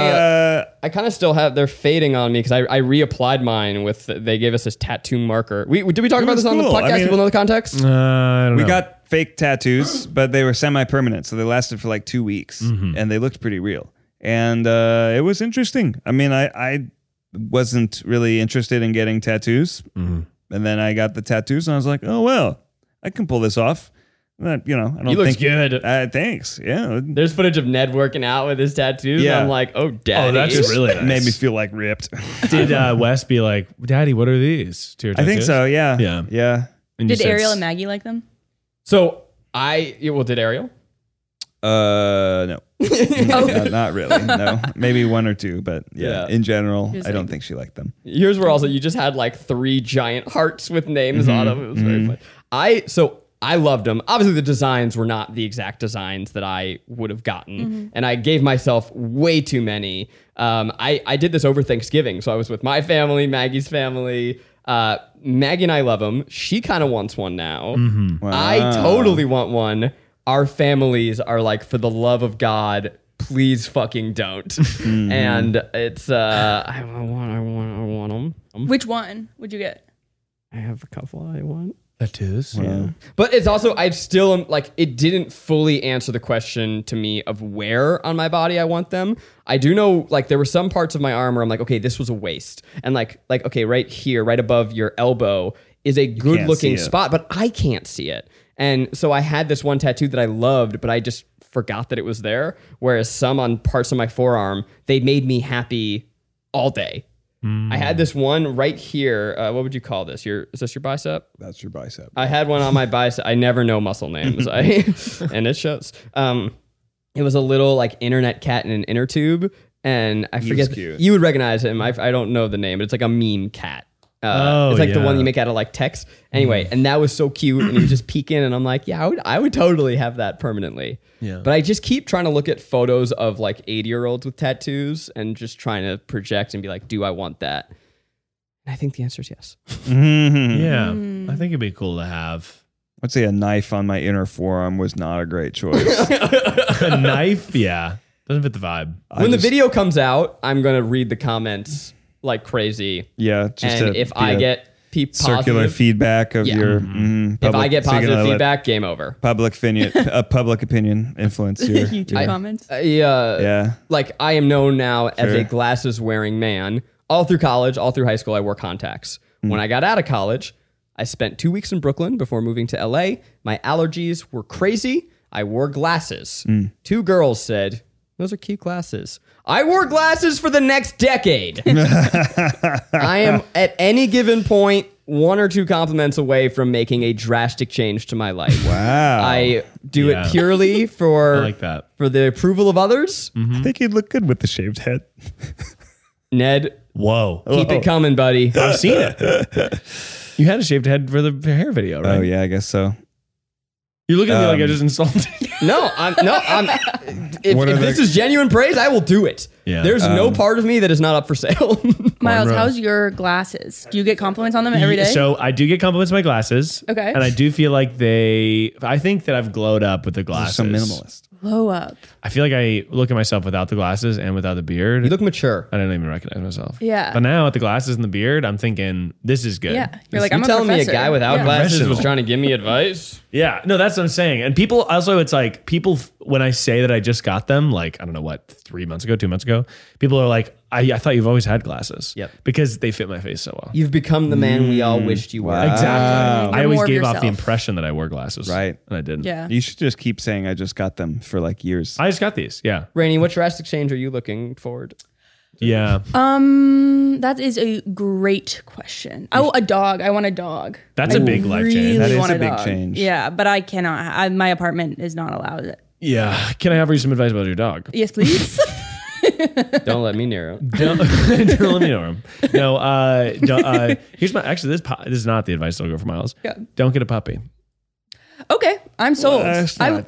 Speaker 2: uh,
Speaker 4: kind of still have. They're fading on me because I, I reapplied mine with. They gave us this tattoo marker. We did we talk about
Speaker 6: was
Speaker 4: this on the
Speaker 6: cool. I
Speaker 4: podcast?
Speaker 6: mean-
Speaker 4: People know the context.
Speaker 3: Uh, I don't
Speaker 2: we
Speaker 3: know.
Speaker 2: got fake tattoos, but they were semi-permanent, so they lasted for like two weeks,
Speaker 3: Mm-hmm.
Speaker 2: and they looked pretty real. And uh, it was interesting. I mean, I, I wasn't really interested in getting tattoos,
Speaker 3: Mm-hmm.
Speaker 2: and then I got the tattoos, and I was like, oh well, I can pull this off. Uh, you know, I don't
Speaker 4: You look
Speaker 2: think
Speaker 4: good.
Speaker 2: Uh, thanks. Yeah, it
Speaker 4: There's footage of Ned working out with his tattoos.
Speaker 2: Yeah.
Speaker 4: And I'm like, oh, daddy.
Speaker 3: that's really nice.
Speaker 2: made me feel like ripped.
Speaker 3: Did uh, Wes be like, "Daddy, what are these?" To your
Speaker 2: I think
Speaker 3: tattoos?"
Speaker 2: so. Yeah.
Speaker 3: Yeah.
Speaker 2: Yeah.
Speaker 3: And you
Speaker 7: Did
Speaker 3: said,
Speaker 7: Ariel and Maggie like them?
Speaker 4: So I yeah, well did Ariel.
Speaker 2: Uh, no. Not- not really. No. Maybe one or two, but yeah.
Speaker 4: Yeah.
Speaker 2: In general, I don't think she liked them.
Speaker 4: Yours were also you just had like three giant hearts with names on them. It was very fun. I so I loved them. Obviously, the designs were not the exact designs that I would have gotten, and I gave myself way too many. Um, I I did this over Thanksgiving, so I was with my family, Maggie's family. Uh, Maggie and I love them. She kind of wants one now. I totally want one. Our families are like, for the love of God, please fucking don't. And it's uh, I want, I want, I want them.
Speaker 7: Which one would you get?
Speaker 4: I have a couple I want.
Speaker 3: tattoos.
Speaker 4: But it's also I still am like it didn't fully answer the question to me of where on my body I want them. I do know like there were some parts of my arm where I'm like, okay, this was a waste. And like like okay, right here, right above your elbow is a good looking
Speaker 2: see it.
Speaker 4: spot, but I can't see it. And so I had this one tattoo that I loved, but I just forgot that it was there. Whereas some on parts of my forearm, they made me happy all day. I had this one right here. Uh, what would you call this? Your is this your bicep?
Speaker 2: That's your bicep.
Speaker 4: I had one on my bicep. I never know muscle names. I and it shows. Um, it was a little like internet cat in an inner tube, and I forget.
Speaker 2: cute.
Speaker 4: You would recognize him. I, I don't know the name, but it's like a meme cat. Uh,
Speaker 3: Oh,
Speaker 4: it's like the one
Speaker 3: yeah.
Speaker 4: you make out of like text. Anyway,
Speaker 2: Mm.
Speaker 4: and that was so cute, and he was just peeking, and I'm like, yeah, I would, I would totally have that permanently. Yeah. But I just keep trying to look at photos of like 80 year olds with tattoos, and just trying to project and be like, do I want that? And I think the answer is yes.
Speaker 3: Yeah, I think it'd be cool to have
Speaker 2: Mm-hmm. I'd say a knife on my inner forearm was not a great choice.
Speaker 3: a knife. Yeah, doesn't fit the vibe.
Speaker 4: when
Speaker 2: just-
Speaker 4: the video comes out, I'm gonna read the comments like crazy.
Speaker 2: yeah. Just
Speaker 4: and
Speaker 2: to
Speaker 4: if
Speaker 2: be
Speaker 4: I
Speaker 2: a-
Speaker 4: get pe-
Speaker 2: circular
Speaker 4: positive-
Speaker 2: feedback of
Speaker 4: Yeah.
Speaker 2: your mhm,
Speaker 4: If I
Speaker 2: public-
Speaker 4: get
Speaker 2: so you're gonna
Speaker 4: positive
Speaker 2: let
Speaker 4: feedback, game over.
Speaker 2: public opinion, uh, public opinion influence your,
Speaker 7: YouTube
Speaker 2: your-
Speaker 7: comments.
Speaker 4: Uh, yeah,
Speaker 2: yeah.
Speaker 4: like I am known now as
Speaker 2: Sure.
Speaker 4: a glasses wearing man. All through college, all through high school, I wore contacts.
Speaker 2: Hmm.
Speaker 4: When I got out of college, I spent two weeks in Brooklyn before moving to LA. My allergies were crazy. I wore glasses.
Speaker 2: Hmm.
Speaker 4: Two girls said, Those are cute glasses. I wore glasses for the next decade. I am at any given point one or two compliments away from making a drastic change to my life.
Speaker 2: Wow.
Speaker 4: I do
Speaker 3: Yeah.
Speaker 4: it purely for
Speaker 3: I like that.
Speaker 4: for the approval of others.
Speaker 2: I think you'd look good with the shaved head.
Speaker 4: Ned,
Speaker 3: Whoa.
Speaker 4: keep it coming, buddy.
Speaker 3: Oh. I've seen it. You had a shaved head for the hair video, right?
Speaker 2: Oh yeah, I guess so.
Speaker 3: You're looking at me like I
Speaker 2: Um,
Speaker 3: just insulted.
Speaker 4: No, I'm no, I'm. If,
Speaker 2: What are
Speaker 4: if this
Speaker 2: the-
Speaker 4: is genuine praise, I will do it.
Speaker 3: Yeah.
Speaker 4: There's no
Speaker 2: Um,
Speaker 4: part of me that is not up for sale.
Speaker 7: Miles,
Speaker 3: Cornrows.
Speaker 7: how's your glasses? Do you get compliments on them every day?
Speaker 3: So I do get compliments on my glasses.
Speaker 7: Okay.
Speaker 3: And I do feel like they. I think that I've glowed up with the
Speaker 2: You're
Speaker 3: glasses.
Speaker 2: so minimalist.
Speaker 7: Blow up.
Speaker 3: I feel like I look at myself without the glasses and without the beard.
Speaker 4: you look mature.
Speaker 3: I don't even recognize myself.
Speaker 7: Yeah.
Speaker 3: But now with the glasses and the beard, I'm thinking this is good.
Speaker 7: Yeah. You're like,
Speaker 4: you
Speaker 7: I'm
Speaker 4: telling
Speaker 7: a professor.
Speaker 4: me a guy without
Speaker 7: Yeah.
Speaker 4: glasses was
Speaker 3: Professional.
Speaker 4: trying to give me advice?
Speaker 3: Yeah, no, that's what I'm saying. And people also, it's like people f- when I say that I just got them, like I don't know what, three months ago, two months ago, people are like, I, I thought you've always had glasses.
Speaker 4: Yep.
Speaker 3: because they fit my face so well.
Speaker 4: You've become the man we all wished you were.
Speaker 3: Exactly. I
Speaker 7: You're more
Speaker 3: always
Speaker 7: of
Speaker 3: gave off the
Speaker 7: yourself.
Speaker 3: impression that I wore glasses,
Speaker 2: Right.
Speaker 3: And I didn't.
Speaker 7: Yeah.
Speaker 2: You should just keep saying I just got them for like years.
Speaker 3: I just got these. Yeah,
Speaker 4: Rainey, what drastic change are you looking forward?
Speaker 3: yeah.
Speaker 7: Um, that is a great question. Oh, a dog. I want a dog.
Speaker 3: That's a big life change.
Speaker 7: Really
Speaker 2: That is
Speaker 7: want
Speaker 2: a big
Speaker 7: dog.
Speaker 2: change.
Speaker 7: Yeah, but I cannot. I, my apartment is not allowed it.
Speaker 3: yeah. Can I offer you some advice about your dog?
Speaker 7: Yes, please.
Speaker 4: Don't let me near it.
Speaker 3: Don't, don't let me know him. No. Uh, don't- uh, here's my. Actually, this po- this is not the advice that'll go for Miles.
Speaker 7: Yeah.
Speaker 3: Don't get a puppy.
Speaker 7: okay, I'm sold.
Speaker 2: That's
Speaker 7: I-
Speaker 2: not-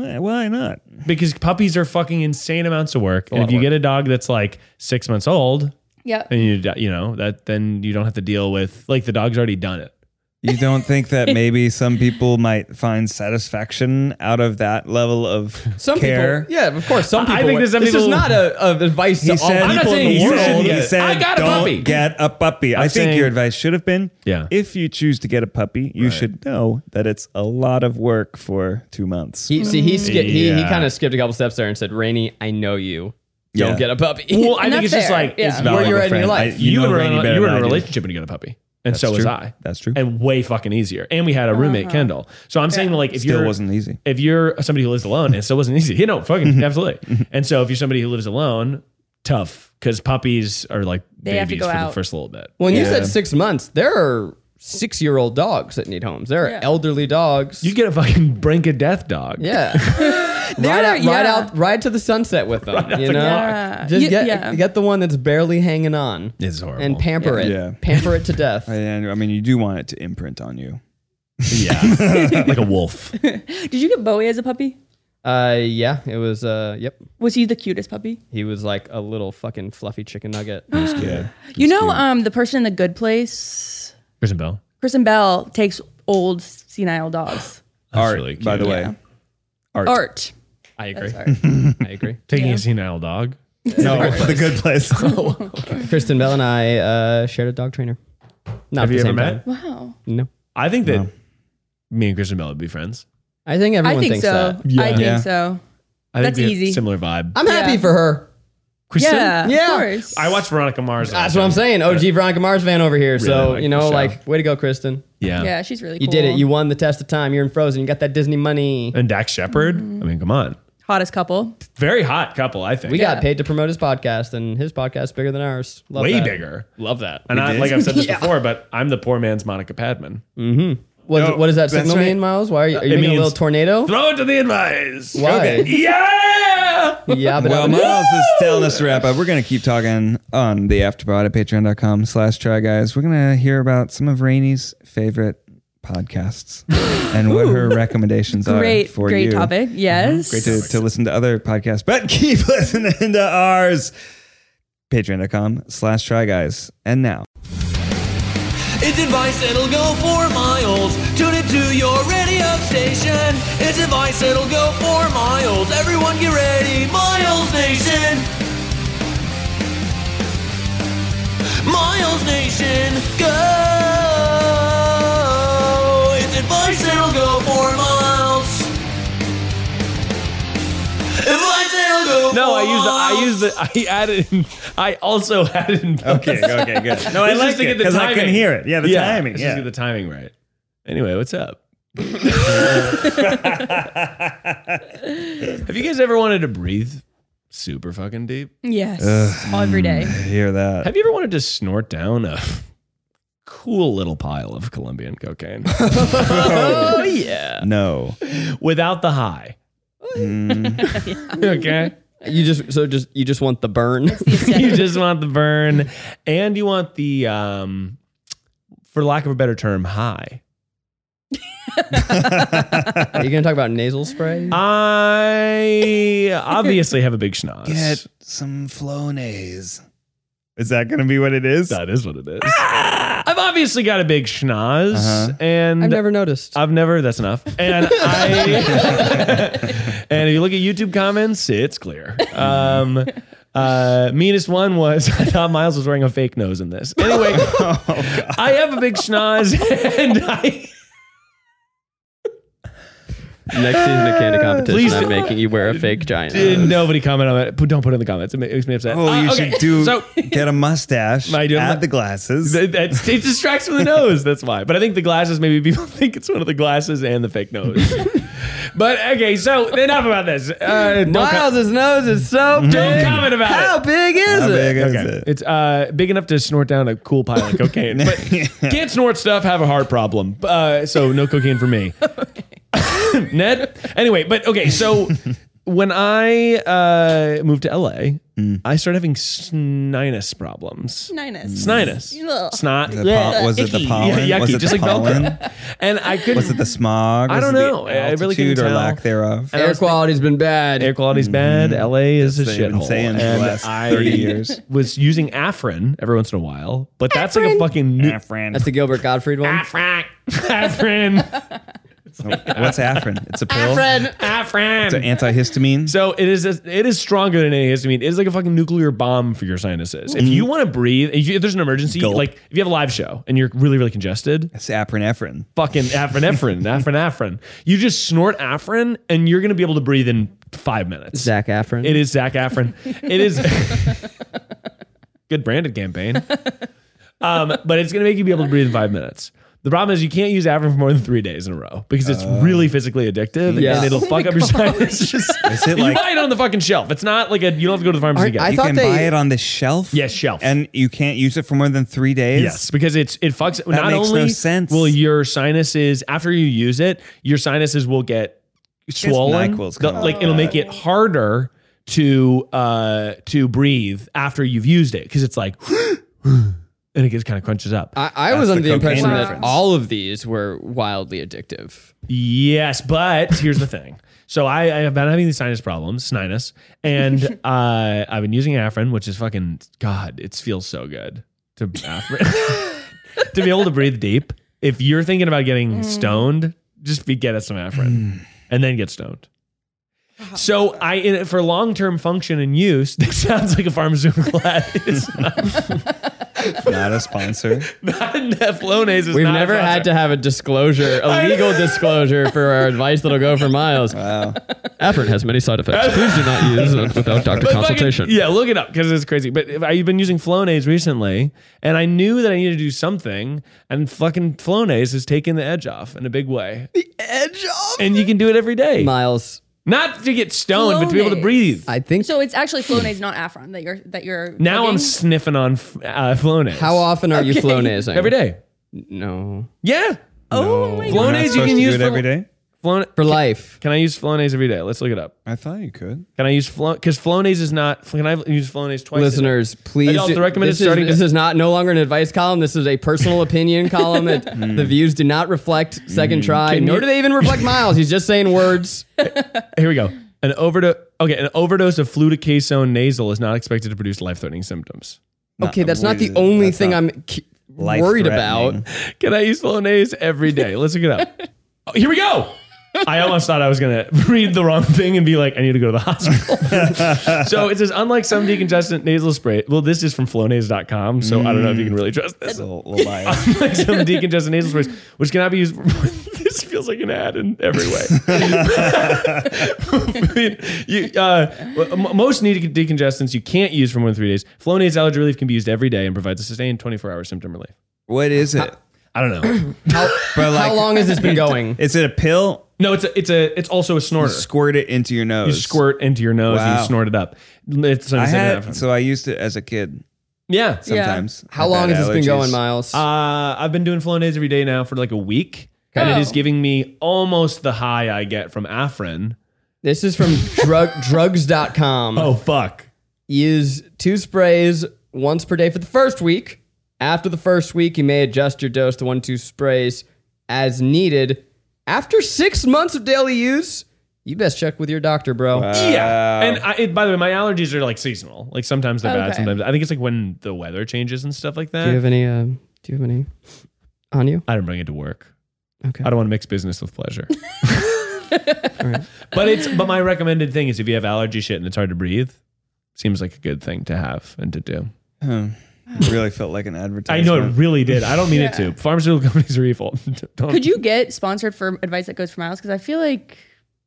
Speaker 2: Eh, Why not?
Speaker 3: because puppies are fucking insane amounts of work. And
Speaker 4: lot
Speaker 3: if you
Speaker 4: of work.
Speaker 3: get a dog that's like six months old,
Speaker 7: yeah.
Speaker 3: and you you know that then you don't have to deal with like the dog's already done it.
Speaker 2: You don't think that maybe some people might find satisfaction out of that level of
Speaker 4: Some
Speaker 2: care?
Speaker 4: people, yeah, of course.
Speaker 3: I
Speaker 4: Some people.
Speaker 3: think
Speaker 4: would-
Speaker 3: there's some
Speaker 4: this is
Speaker 3: people-
Speaker 4: not a, a advice
Speaker 2: He
Speaker 4: to all.
Speaker 2: said,
Speaker 4: people
Speaker 3: not saying
Speaker 4: in the
Speaker 3: he
Speaker 2: he
Speaker 4: world.
Speaker 3: said
Speaker 2: said,
Speaker 3: yet.
Speaker 2: he said
Speaker 3: I got a
Speaker 2: don't
Speaker 3: puppy."
Speaker 2: get a puppy. i
Speaker 3: I'm
Speaker 2: think
Speaker 3: saying-
Speaker 2: your advice should have been
Speaker 3: Yeah.
Speaker 2: if you choose to get a puppy, you should know that it's a lot of work for two months.
Speaker 4: He, see, he skipped. He, he
Speaker 3: Yeah.
Speaker 4: kind of skipped a couple steps there and said, "Rainey, I know you. Don't
Speaker 2: Yeah.
Speaker 4: get a puppy."
Speaker 3: Well, I think
Speaker 7: And that's
Speaker 3: it's just
Speaker 7: fair.
Speaker 3: like
Speaker 7: Yeah.
Speaker 3: it's
Speaker 7: Valid
Speaker 4: where you're at in
Speaker 2: friend.
Speaker 4: your
Speaker 2: I-
Speaker 4: life.
Speaker 3: you,
Speaker 2: know
Speaker 3: were
Speaker 2: Rainey
Speaker 3: in, a-
Speaker 2: better
Speaker 3: you were in
Speaker 2: than
Speaker 3: a
Speaker 2: I do.
Speaker 3: relationship when you got a puppy, and
Speaker 2: That's
Speaker 3: so was
Speaker 2: true.
Speaker 3: I.
Speaker 2: That's true.
Speaker 3: And way fucking easier, and we had a roommate Kendall. So I'm saying like if
Speaker 2: Still
Speaker 3: you're
Speaker 2: wasn't easy.
Speaker 3: if you're somebody who lives alone, it still wasn't easy. You know, fucking absolutely. And so if you're somebody who lives alone, tough because puppies are like
Speaker 7: They have to
Speaker 3: babies
Speaker 7: go
Speaker 3: for
Speaker 7: out.
Speaker 3: the first little bit.
Speaker 4: When you said six months, there are six year old dogs that need homes. There are elderly dogs.
Speaker 3: You get a fucking brink of death dog.
Speaker 4: yeah. ride, out, ride
Speaker 7: yeah.
Speaker 4: out, ride to the sunset with them. you know,
Speaker 7: Yeah.
Speaker 4: just
Speaker 7: You-
Speaker 4: get
Speaker 7: yeah.
Speaker 4: get the one that's barely hanging on
Speaker 3: It's horrible.
Speaker 4: and pamper it,
Speaker 2: Yeah.
Speaker 4: pamper it to death.
Speaker 2: And, I mean, you do want it to imprint on you.
Speaker 3: Yeah, like a wolf.
Speaker 7: Did you get Bowie as a puppy?
Speaker 4: Uh, yeah, it was. Uh, yep,
Speaker 7: Was he the cutest puppy?
Speaker 4: he was like a little fucking fluffy chicken nugget.
Speaker 2: Yeah.
Speaker 7: You know, um, the person in the good place,
Speaker 3: Kristen Bell.
Speaker 7: Kristen Bell, takes old senile dogs.
Speaker 3: That's
Speaker 2: Art,
Speaker 3: really cute.
Speaker 2: by the way. Art.
Speaker 7: Art.
Speaker 4: I agree.
Speaker 7: Sorry.
Speaker 4: I agree.
Speaker 3: Taking a senile dog.
Speaker 2: No, the good place.
Speaker 4: Kristen Bell and I uh, shared a dog trainer. Not
Speaker 3: Have
Speaker 4: at
Speaker 3: you ever
Speaker 4: the same
Speaker 3: met?
Speaker 4: time.
Speaker 7: Wow.
Speaker 4: No,
Speaker 3: I think that me and Kristen Bell would be friends.
Speaker 4: I think everyone
Speaker 7: I think
Speaker 4: thinks
Speaker 7: so.
Speaker 4: that.
Speaker 3: Yeah.
Speaker 7: I think
Speaker 2: Yeah.
Speaker 7: so.
Speaker 3: I think
Speaker 7: That's
Speaker 3: we have
Speaker 7: easy. Ah.
Speaker 3: Similar vibe.
Speaker 4: I'm happy
Speaker 7: Yeah.
Speaker 4: for her.
Speaker 3: Kristen.
Speaker 7: Yeah.
Speaker 4: Yeah.
Speaker 7: Of course.
Speaker 3: I watched Veronica Mars.
Speaker 7: Ah.
Speaker 4: That's what I'm saying. OG Veronica Mars fan over here. so,
Speaker 3: Really like
Speaker 4: you
Speaker 3: the
Speaker 4: know,
Speaker 3: show.
Speaker 4: like, way to go, Kristen.
Speaker 3: Yeah.
Speaker 7: Yeah, she's really
Speaker 4: You
Speaker 7: cool.
Speaker 4: did it. You won the test of time. You're in Frozen. You got that Disney money.
Speaker 3: And Dax Shepard.
Speaker 7: Mm-hmm.
Speaker 3: I mean, come on.
Speaker 7: hottest couple.
Speaker 3: Very hot couple. I think.
Speaker 4: We got paid to promote his podcast, and his podcast is bigger than ours. Love
Speaker 3: way
Speaker 4: that.
Speaker 3: bigger.
Speaker 4: Love that.
Speaker 3: And I, like I've said this before, but I'm the poor man's Monica Padman.
Speaker 4: What,
Speaker 2: No,
Speaker 4: what does that
Speaker 2: that's
Speaker 4: signal
Speaker 2: right.
Speaker 4: mean, Miles? Why are you, are you
Speaker 3: It
Speaker 4: making a
Speaker 3: means-
Speaker 4: little tornado?
Speaker 3: Throw it to the advice.
Speaker 4: Why?
Speaker 3: Yeah.
Speaker 4: yeah, but
Speaker 2: Well, Miles is telling us to wrap up. We're going to keep talking on the afterpod at patreon.com slash try guys. We're going to hear about some of Rainey's favorite podcasts and what her recommendations are
Speaker 7: Great,
Speaker 2: for
Speaker 7: great
Speaker 2: you
Speaker 7: topic.
Speaker 3: Mm-hmm.
Speaker 7: Yes.
Speaker 2: to, to listen to other podcasts, but keep listening to ours. Patreon.com slash try guys. And now.
Speaker 8: It's advice that'll go for miles. Tune it to your radio station. It's advice that'll go for miles. Everyone get ready. Miles Nation. Miles Nation, go.
Speaker 3: No, I used the, I used the, I added, in, I also added in.
Speaker 2: Okay, okay, good. No, I
Speaker 3: It's
Speaker 2: like
Speaker 3: just to
Speaker 2: it
Speaker 3: get the
Speaker 2: because I can
Speaker 3: timing.
Speaker 2: hear it. Yeah, the
Speaker 3: yeah,
Speaker 2: timing.
Speaker 3: it's
Speaker 2: Yeah.
Speaker 3: Just get the timing right. Anyway, what's up? Have you guys ever wanted to breathe super fucking deep?
Speaker 7: Yes. Every day.
Speaker 3: Mm.
Speaker 2: I hear that.
Speaker 3: Have you ever wanted to snort down a cool little pile of Colombian cocaine
Speaker 4: Oh yeah.
Speaker 2: No.
Speaker 3: without the high?
Speaker 4: Mm.
Speaker 3: okay.
Speaker 4: You just so just you just want the burn.
Speaker 3: you just want the burn and you want the um for lack of a better term high
Speaker 4: Are you gonna talk about nasal spray?
Speaker 3: i obviously have a big schnoz
Speaker 2: Get some Flonase. Is that going to be what it is?
Speaker 3: that is what it is i've obviously got a big schnoz
Speaker 2: Uh-huh.
Speaker 3: and
Speaker 4: I've never noticed.
Speaker 3: I've never. That's enough. And I. and if you look at YouTube comments, it's clear. Um, uh, meanest one was I thought Miles was wearing a fake nose in this. Anyway, I have a big schnoz, and I.
Speaker 4: Next season of candy competition,
Speaker 3: Please
Speaker 4: I'm
Speaker 3: don't.
Speaker 4: making you wear a fake giant.
Speaker 3: Did nobody comment on it? Put- Don't put it in the comments. It ma- it makes me upset.
Speaker 2: Oh,
Speaker 3: Uh,
Speaker 2: you
Speaker 3: okay.
Speaker 2: should do
Speaker 3: So
Speaker 2: get a mustache,
Speaker 3: I do have
Speaker 2: add
Speaker 3: mu-
Speaker 2: the glasses.
Speaker 3: that, that's- it distracts from the nose. That's why. But I think the glasses. Maybe people think it's one of the glasses and the fake nose. but okay, so enough about this. Uh, don't co-
Speaker 4: Miles's nose is so big.
Speaker 3: comment about
Speaker 4: How
Speaker 3: it.
Speaker 4: big is
Speaker 2: How
Speaker 4: it?
Speaker 2: big is it?
Speaker 3: It's uh, big enough to snort down a cool pile of cocaine. But can't snort stuff, have a heart problem. Uh, so no cocaine for me. Ned? Anyway, but okay, so when I uh, moved to LA,
Speaker 2: Mm.
Speaker 3: I started having sninus problems.
Speaker 7: Ninus.
Speaker 3: Sninus.
Speaker 7: Ugh.
Speaker 3: Snot.
Speaker 2: The pol- was it the
Speaker 3: Icky.
Speaker 2: pollen?
Speaker 3: Yeah, yucky,
Speaker 2: was it
Speaker 3: just
Speaker 2: the
Speaker 3: like
Speaker 2: pollen?
Speaker 3: Velcro. And I couldn't.
Speaker 2: Was it the smog?
Speaker 3: I
Speaker 2: Was
Speaker 3: don't
Speaker 2: it the
Speaker 3: know. I really couldn't
Speaker 2: altitude or
Speaker 3: tell.
Speaker 2: lack thereof.
Speaker 4: Air quality's been bad.
Speaker 3: Air quality's bad. LA is a
Speaker 2: That's what I've Mm-hmm. been
Speaker 3: shithole.
Speaker 2: saying for the last 30 years.
Speaker 3: was using Afrin every once in a while, but that's like a fucking new,
Speaker 4: That's the Gilbert Gottfried one.
Speaker 3: Afrin. Afrin.
Speaker 2: What's Afrin? It's a pill. Afrin. It's an
Speaker 3: Afrin.
Speaker 2: antihistamine.
Speaker 3: So it is. It is stronger than any histamine. It is like a fucking nuclear bomb for your sinuses. If you want to breathe, if, you, if there's an emergency,
Speaker 2: Mm-hmm. Gulp.
Speaker 3: like if you have a live show and you're really really congested,
Speaker 2: it's Afrin.
Speaker 3: fucking epinephrine, epinephrine. You just snort Afrin and you're gonna be able to breathe in five minutes.
Speaker 4: Zach Efron.
Speaker 3: It is Zach Afrin. It is good branded campaign. Um, but it's gonna make you be able to breathe in five minutes. The problem is you can't use Afrin for more than three days in a row because it's really physically addictive
Speaker 4: Oh. Yeah.
Speaker 3: and it'll fuck up your sinuses.
Speaker 2: Is it
Speaker 3: you
Speaker 2: like
Speaker 3: buy it on the fucking shelf. It's not like a you don't have to go to the pharmacy
Speaker 4: Aren't-
Speaker 3: again.
Speaker 4: I
Speaker 2: you
Speaker 4: thought
Speaker 2: can
Speaker 4: they-
Speaker 2: buy it on the shelf?
Speaker 3: Yes, shelf.
Speaker 2: And you can't use it for more than three days?
Speaker 3: Yes, because it's it fucks. not
Speaker 2: makes no
Speaker 3: only
Speaker 2: sense.
Speaker 3: will your sinuses after you use it, your sinuses will get swollen.
Speaker 2: NyQuil's
Speaker 3: They'll-
Speaker 2: kinda
Speaker 3: like
Speaker 2: like
Speaker 3: it'll make it harder to uh to breathe after you've used it because it's like and it gets kind of crunches up.
Speaker 4: I, I was
Speaker 2: the
Speaker 4: under the,
Speaker 2: cocaine
Speaker 4: impression that
Speaker 2: reference.
Speaker 4: all of these were wildly addictive.
Speaker 3: Yes, but here's the thing. So I, I have been having these sinus problems, sinus, and uh, I've been using Afrin, which is fucking God. It feels so good to Afrin to be able to breathe deep. If you're thinking about getting stoned, just be get us some
Speaker 4: Mm.
Speaker 3: Afrin and then get stoned. So I in- for long term function and use, that sounds like a pharmaceutical ad. It's not,
Speaker 2: Not a sponsor.
Speaker 3: not Flonase is
Speaker 4: We've
Speaker 3: not a
Speaker 4: never had
Speaker 3: sponsor.
Speaker 4: to have a disclosure, a legal disclosure for our advice that'll go for miles.
Speaker 2: Wow.
Speaker 4: Efron has many side effects. Please do not use it without doctor
Speaker 3: But fucking- yeah, look it up because it's crazy. But if I've been using Flonase recently, and I knew that I needed to do something, and fucking Flonase has taken the edge off in a big way. The edge off, and you can do it every day,
Speaker 4: Miles,
Speaker 3: not to get stoned, but to be able to
Speaker 7: Flonase.
Speaker 3: breathe.
Speaker 4: I think
Speaker 7: So it's actually Flonase, not Afron, that you're that you're.
Speaker 3: now I'm
Speaker 7: plugging?
Speaker 3: sniffing on f- uh, Flonase.
Speaker 4: How often are you flonasing?
Speaker 3: Every day.
Speaker 4: No.
Speaker 3: Yeah.
Speaker 7: Oh my
Speaker 2: You're
Speaker 7: god.
Speaker 2: not
Speaker 3: Flonase you
Speaker 2: supposed
Speaker 3: can
Speaker 2: to
Speaker 3: use
Speaker 2: do it
Speaker 3: for-
Speaker 2: every day?
Speaker 3: Flon-
Speaker 4: For life.
Speaker 3: Can I use Flonase every day? Let's look it up.
Speaker 2: I thought you could.
Speaker 3: Can I use Flonase? Because Flonase is not. Can I use Flonase twice? a day?
Speaker 4: Listeners, please.
Speaker 3: Adults,
Speaker 4: do-
Speaker 3: the recommended
Speaker 4: this, is,
Speaker 3: starting-
Speaker 4: this is not no longer an advice column. This is a personal opinion column that the views do not reflect second try,
Speaker 3: Can
Speaker 4: nor
Speaker 3: you-
Speaker 4: do they even reflect Miles. He's just saying words.
Speaker 3: Here we go. An overdose. Okay, an overdose of fluticasone nasal is not expected to produce life-threatening symptoms.
Speaker 4: Okay, that's not the
Speaker 2: really-
Speaker 4: only
Speaker 2: that's
Speaker 4: thing
Speaker 2: not
Speaker 4: I'm ki- worried about.
Speaker 3: Can I use Flonase every day? Let's look it up. Oh, here we go. I almost thought I was going to read the wrong thing and be like, I need to go to the hospital. so it says, unlike some decongestant nasal spray, well, this is from flonase.com, so I don't know if you can really trust this.
Speaker 2: It's a little liar.
Speaker 3: Unlike some decongestant nasal sprays, which cannot be used for more than just feels like an ad in every way. I mean, you, uh, well, m- most needed decongestants you can't use for more than three days. Flonase allergy relief can be used every day and provides a sustained 24-hour symptom relief.
Speaker 2: What is it?
Speaker 3: I don't know.
Speaker 4: How,
Speaker 2: But
Speaker 4: how long has this been going?
Speaker 2: Is it a pill?
Speaker 3: no, it's a, it's a it's also a
Speaker 2: You
Speaker 3: snorter.
Speaker 2: squirt it into your
Speaker 3: You
Speaker 2: nose.
Speaker 3: squirt into your nose and
Speaker 2: Wow.
Speaker 3: you snort it up.
Speaker 2: I
Speaker 3: It's something
Speaker 2: had
Speaker 3: different.
Speaker 2: so I used it as a kid
Speaker 3: yeah. So,
Speaker 2: sometimes.
Speaker 4: How
Speaker 2: I've
Speaker 4: long
Speaker 2: had
Speaker 4: has this been
Speaker 2: allergies.
Speaker 4: going, Miles?
Speaker 3: uh, I've been doing Flonase every day now for like a week, and
Speaker 7: Oh.
Speaker 3: it is giving me almost the high I get from Afrin.
Speaker 4: this is from drug drugs.com.
Speaker 3: Oh fuck.
Speaker 4: Use two sprays once per day for the first week. After the first week, you may adjust your dose to one, two sprays as needed. After six months of daily use, you best check with your doctor, bro.
Speaker 3: Yeah.
Speaker 2: Uh,
Speaker 3: And I, it, by the way, my allergies are like seasonal. Like sometimes they're bad,
Speaker 7: Okay.
Speaker 3: sometimes I think it's like when the weather changes and stuff like
Speaker 4: Do you
Speaker 3: that.
Speaker 4: have any? Uh, do you have any on you?
Speaker 3: I don't bring it to work.
Speaker 4: Okay.
Speaker 3: I don't want to mix business with pleasure. But it's but my recommended thing is if you have allergy shit and it's hard to breathe, seems like a good thing to have and to do.
Speaker 2: Hmm. It really felt like an
Speaker 3: I
Speaker 2: advertisement.
Speaker 3: know it really did. I don't mean it to. Pharmaceutical companies are evil. Don't-
Speaker 7: Could you get sponsored for advice that goes for miles? Because I feel like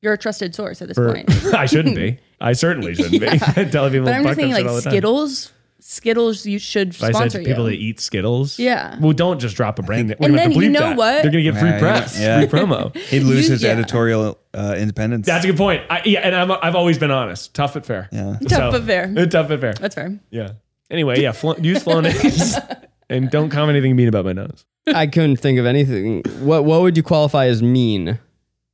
Speaker 7: you're a trusted source at this
Speaker 3: for-
Speaker 7: point.
Speaker 3: I shouldn't be. I certainly shouldn't be. Telling people
Speaker 7: But I'm
Speaker 3: fuck
Speaker 7: just thinking
Speaker 3: them shit all
Speaker 7: like
Speaker 3: the time.
Speaker 7: Skittles. Skittles, you should
Speaker 3: If I said
Speaker 7: sponsor
Speaker 3: to people
Speaker 7: you.
Speaker 3: that eat Skittles.
Speaker 7: Yeah.
Speaker 3: Well, don't just drop a brand. name. We're
Speaker 7: And
Speaker 3: gonna have to
Speaker 7: then you
Speaker 3: bleep
Speaker 7: know
Speaker 3: that.
Speaker 7: what?
Speaker 3: They're gonna get free
Speaker 2: Yeah, you know-
Speaker 3: press,
Speaker 2: yeah.
Speaker 3: free promo.
Speaker 2: He'd lose
Speaker 7: You-
Speaker 2: his
Speaker 7: yeah.
Speaker 2: editorial uh, independence.
Speaker 3: That's a good point. I, yeah, and I'm, I've always been honest, tough but fair.
Speaker 2: Yeah.
Speaker 7: Tough but fair.
Speaker 3: Tough but fair.
Speaker 7: That's fair.
Speaker 3: yeah. Anyway, yeah. Flo- use Flonase and don't comment anything mean about my nose.
Speaker 4: I couldn't think of anything. What What would you qualify as mean?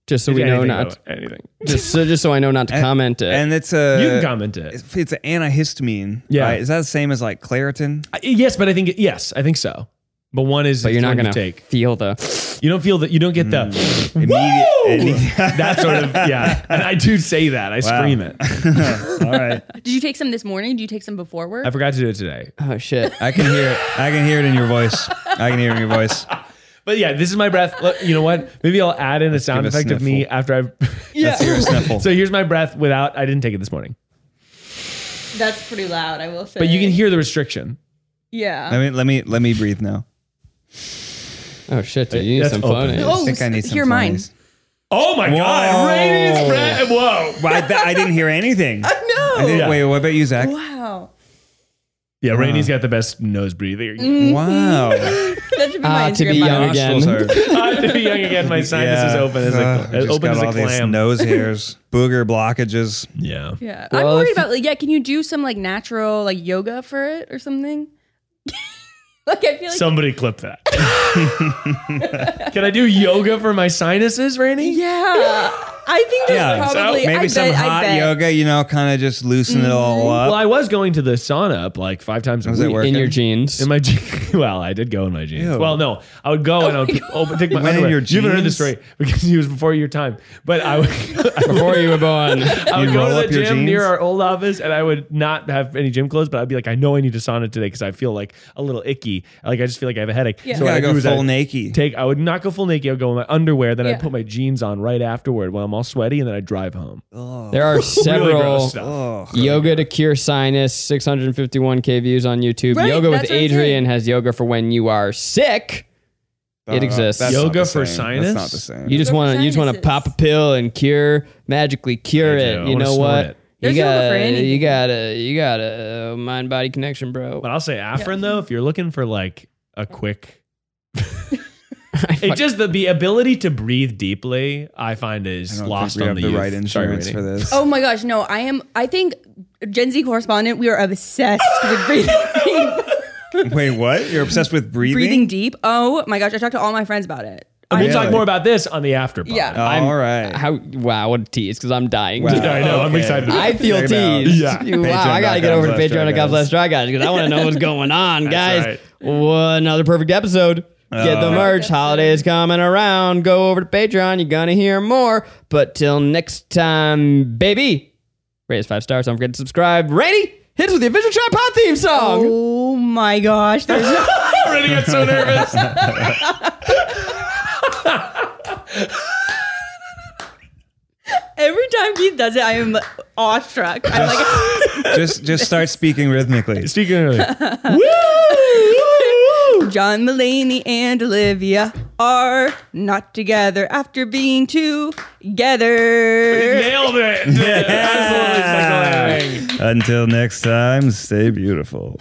Speaker 4: Just so we know
Speaker 3: anything
Speaker 4: not.
Speaker 3: about anything.
Speaker 4: Just so just so I know not to comment it.
Speaker 2: and it's a
Speaker 3: you
Speaker 4: Uh,
Speaker 3: can comment it.
Speaker 2: It's, it's an antihistamine.
Speaker 3: Yeah.
Speaker 2: right? Is that the same as like Claritin?
Speaker 3: I- Yes, but I think yes, I think so. But one is
Speaker 4: but you're not
Speaker 3: going to
Speaker 4: gonna
Speaker 3: take.
Speaker 4: feel the.
Speaker 3: You don't feel that you don't get the
Speaker 2: Immediate-
Speaker 3: Woo! that sort of yeah. And I do say that. I scream it.
Speaker 6: All right.
Speaker 7: Did you take some this morning? Do you take some before work?
Speaker 3: I forgot to do it today.
Speaker 4: Oh shit!
Speaker 2: I can hear it. I can hear it in your voice. I can hear it in your voice.
Speaker 3: But yeah, this is my breath. Look, you know what? Maybe I'll add in a sound
Speaker 2: give a
Speaker 3: effect of me
Speaker 2: sniffle.
Speaker 3: after I've.
Speaker 2: Yeah. Let's hear a sniffle.
Speaker 3: so here's my breath without. I didn't take it this morning,
Speaker 7: That's pretty loud. I will say.
Speaker 3: but you can hear the restriction.
Speaker 7: Yeah.
Speaker 2: let me let me let me breathe now.
Speaker 4: Oh shit! Dude, you need
Speaker 3: That's
Speaker 4: some
Speaker 3: open.
Speaker 4: phonies.
Speaker 7: oh,
Speaker 2: I think I need
Speaker 7: s-
Speaker 2: some
Speaker 7: hear mine.
Speaker 2: Flonase.
Speaker 3: Oh my god! Radiance breath. Whoa.
Speaker 2: Well, I, I didn't hear anything. I
Speaker 7: No.
Speaker 2: didn't-
Speaker 3: Yeah.
Speaker 2: Wait, what about you, Zach?
Speaker 7: Wow.
Speaker 3: Yeah, Rainy's
Speaker 2: Uh.
Speaker 3: got the best nose breathing.
Speaker 2: Wow.
Speaker 7: That should be
Speaker 4: Ah,
Speaker 7: my
Speaker 4: to be
Speaker 7: Instagram bio.
Speaker 4: young again.
Speaker 2: Nostrils are-
Speaker 3: I have to be young again. My sinus is open as
Speaker 2: Ugh,
Speaker 3: a,
Speaker 2: I
Speaker 3: as
Speaker 2: Uh, just
Speaker 3: open
Speaker 2: got
Speaker 3: as a
Speaker 2: all these
Speaker 3: clam.
Speaker 2: nose hairs, booger blockages.
Speaker 3: Yeah.
Speaker 7: Yeah.
Speaker 4: Well,
Speaker 7: I'm
Speaker 4: if-
Speaker 7: worried about like, yeah, can you do some like natural like yoga for it or something? like I feel like
Speaker 3: Somebody clip that. Can I do yoga for my sinuses, Rainy?
Speaker 7: Yeah. I think there's
Speaker 2: Yeah,
Speaker 7: probably I
Speaker 2: maybe
Speaker 7: bet,
Speaker 2: some
Speaker 7: I
Speaker 2: hot
Speaker 7: bet.
Speaker 2: yoga, you know, kind of just loosen it all
Speaker 3: Well,
Speaker 2: up.
Speaker 3: I was going to the sauna up like five times a
Speaker 2: Was
Speaker 3: week.
Speaker 2: it working?
Speaker 4: in your jeans.
Speaker 3: In my jeans. Well, I did go in my jeans.
Speaker 2: Ew.
Speaker 3: Well, no, I would
Speaker 7: Oh
Speaker 3: go and I would open, take my
Speaker 2: Went in
Speaker 3: underwear.
Speaker 2: your
Speaker 3: You haven't heard this
Speaker 2: jeans?
Speaker 3: story because it was before your time. But I would,
Speaker 4: Before you were born.
Speaker 3: I would
Speaker 2: You'd
Speaker 3: go
Speaker 2: roll
Speaker 3: to
Speaker 2: up
Speaker 3: the
Speaker 2: your
Speaker 3: gym
Speaker 2: jeans?
Speaker 3: near our old office and I would not have any gym clothes, but I'd be like, I know I need a sauna today because I feel like a little icky. Like I just feel like I have a headache.
Speaker 7: Yeah.
Speaker 2: You
Speaker 3: what
Speaker 2: gotta
Speaker 3: I'd do
Speaker 2: go
Speaker 3: is I'd
Speaker 2: full naked.
Speaker 3: Take. I would not go full naked. I'd go in my underwear. Then
Speaker 7: Yeah.
Speaker 3: I'd put my jeans on right afterward when I'm all sweaty, and then I'd drive home.
Speaker 4: There are
Speaker 3: Really
Speaker 4: several
Speaker 3: gross stuff.
Speaker 4: yoga to cure sinus, 651k views on YouTube.
Speaker 7: Right,
Speaker 4: yoga with
Speaker 7: that's what I'm
Speaker 4: Adrian
Speaker 7: saying.
Speaker 4: has yoga for when you are sick.
Speaker 2: No,
Speaker 4: It
Speaker 2: no,
Speaker 4: exists.
Speaker 2: that's not
Speaker 3: Yoga
Speaker 2: the
Speaker 3: for
Speaker 2: same.
Speaker 3: sinus?
Speaker 2: That's not the same.
Speaker 4: You just
Speaker 7: Yoga for
Speaker 4: want to you just want to
Speaker 7: sinuses.
Speaker 4: pop a pill and cure magically cure
Speaker 3: I do.
Speaker 4: it.
Speaker 3: I
Speaker 4: You
Speaker 3: wanna
Speaker 4: know
Speaker 3: snort
Speaker 4: what?
Speaker 3: it.
Speaker 4: You
Speaker 7: There's yoga for
Speaker 4: got you
Speaker 7: anything.
Speaker 4: got a you got a mind body connection, bro.
Speaker 3: But I'll say Afrin though, if you're looking for like a quick,
Speaker 4: fuck-
Speaker 3: it just the, the ability to breathe deeply, I find
Speaker 2: I
Speaker 3: is
Speaker 2: don't
Speaker 3: lost
Speaker 2: think we
Speaker 3: on
Speaker 2: have
Speaker 3: the,
Speaker 2: the
Speaker 3: youth.
Speaker 2: right
Speaker 3: Sorry,
Speaker 2: insurance
Speaker 3: Rainey.
Speaker 2: for this.
Speaker 7: Oh my gosh, no, I am I think Gen Z correspondent, we are obsessed with breathing deep.
Speaker 2: Wait, what? You're obsessed with breathing?
Speaker 7: breathing deep. Oh my gosh, I talked to all my friends about it.
Speaker 3: And We'll talk
Speaker 2: Really?
Speaker 3: more about this on the after. pod.
Speaker 7: Yeah.
Speaker 2: Oh, all right.
Speaker 4: How wow, what a tease cuz I'm dying.
Speaker 2: Wow.
Speaker 4: to know.
Speaker 3: I know. I'm excited.
Speaker 4: I feel
Speaker 2: Check it out.
Speaker 4: teased.
Speaker 3: Yeah.
Speaker 4: You- Wow, I gotta get
Speaker 2: Patreon.com slash Dry
Speaker 4: over to Patreon.com slash
Speaker 2: Guys.
Speaker 4: dry guys because I want to know what's going on, guys.
Speaker 3: right.
Speaker 4: Well, another perfect episode. Get
Speaker 2: Uh,
Speaker 4: the merch. Holidays coming around. Go over to Patreon. You're gonna hear more. But till next time, baby. Rate us five stars. Don't forget to subscribe. Rainy hit us with the official tripod theme song.
Speaker 7: Oh my gosh, there's no
Speaker 3: already got so nervous.
Speaker 7: Every time Keith does it, I am awestruck. I'm like,
Speaker 2: Just just start speaking rhythmically.
Speaker 3: Speaking of,
Speaker 7: woo! John Mulaney and Olivia are not together after being together.
Speaker 9: Nailed it. Absolutely.
Speaker 2: Until next time, stay beautiful.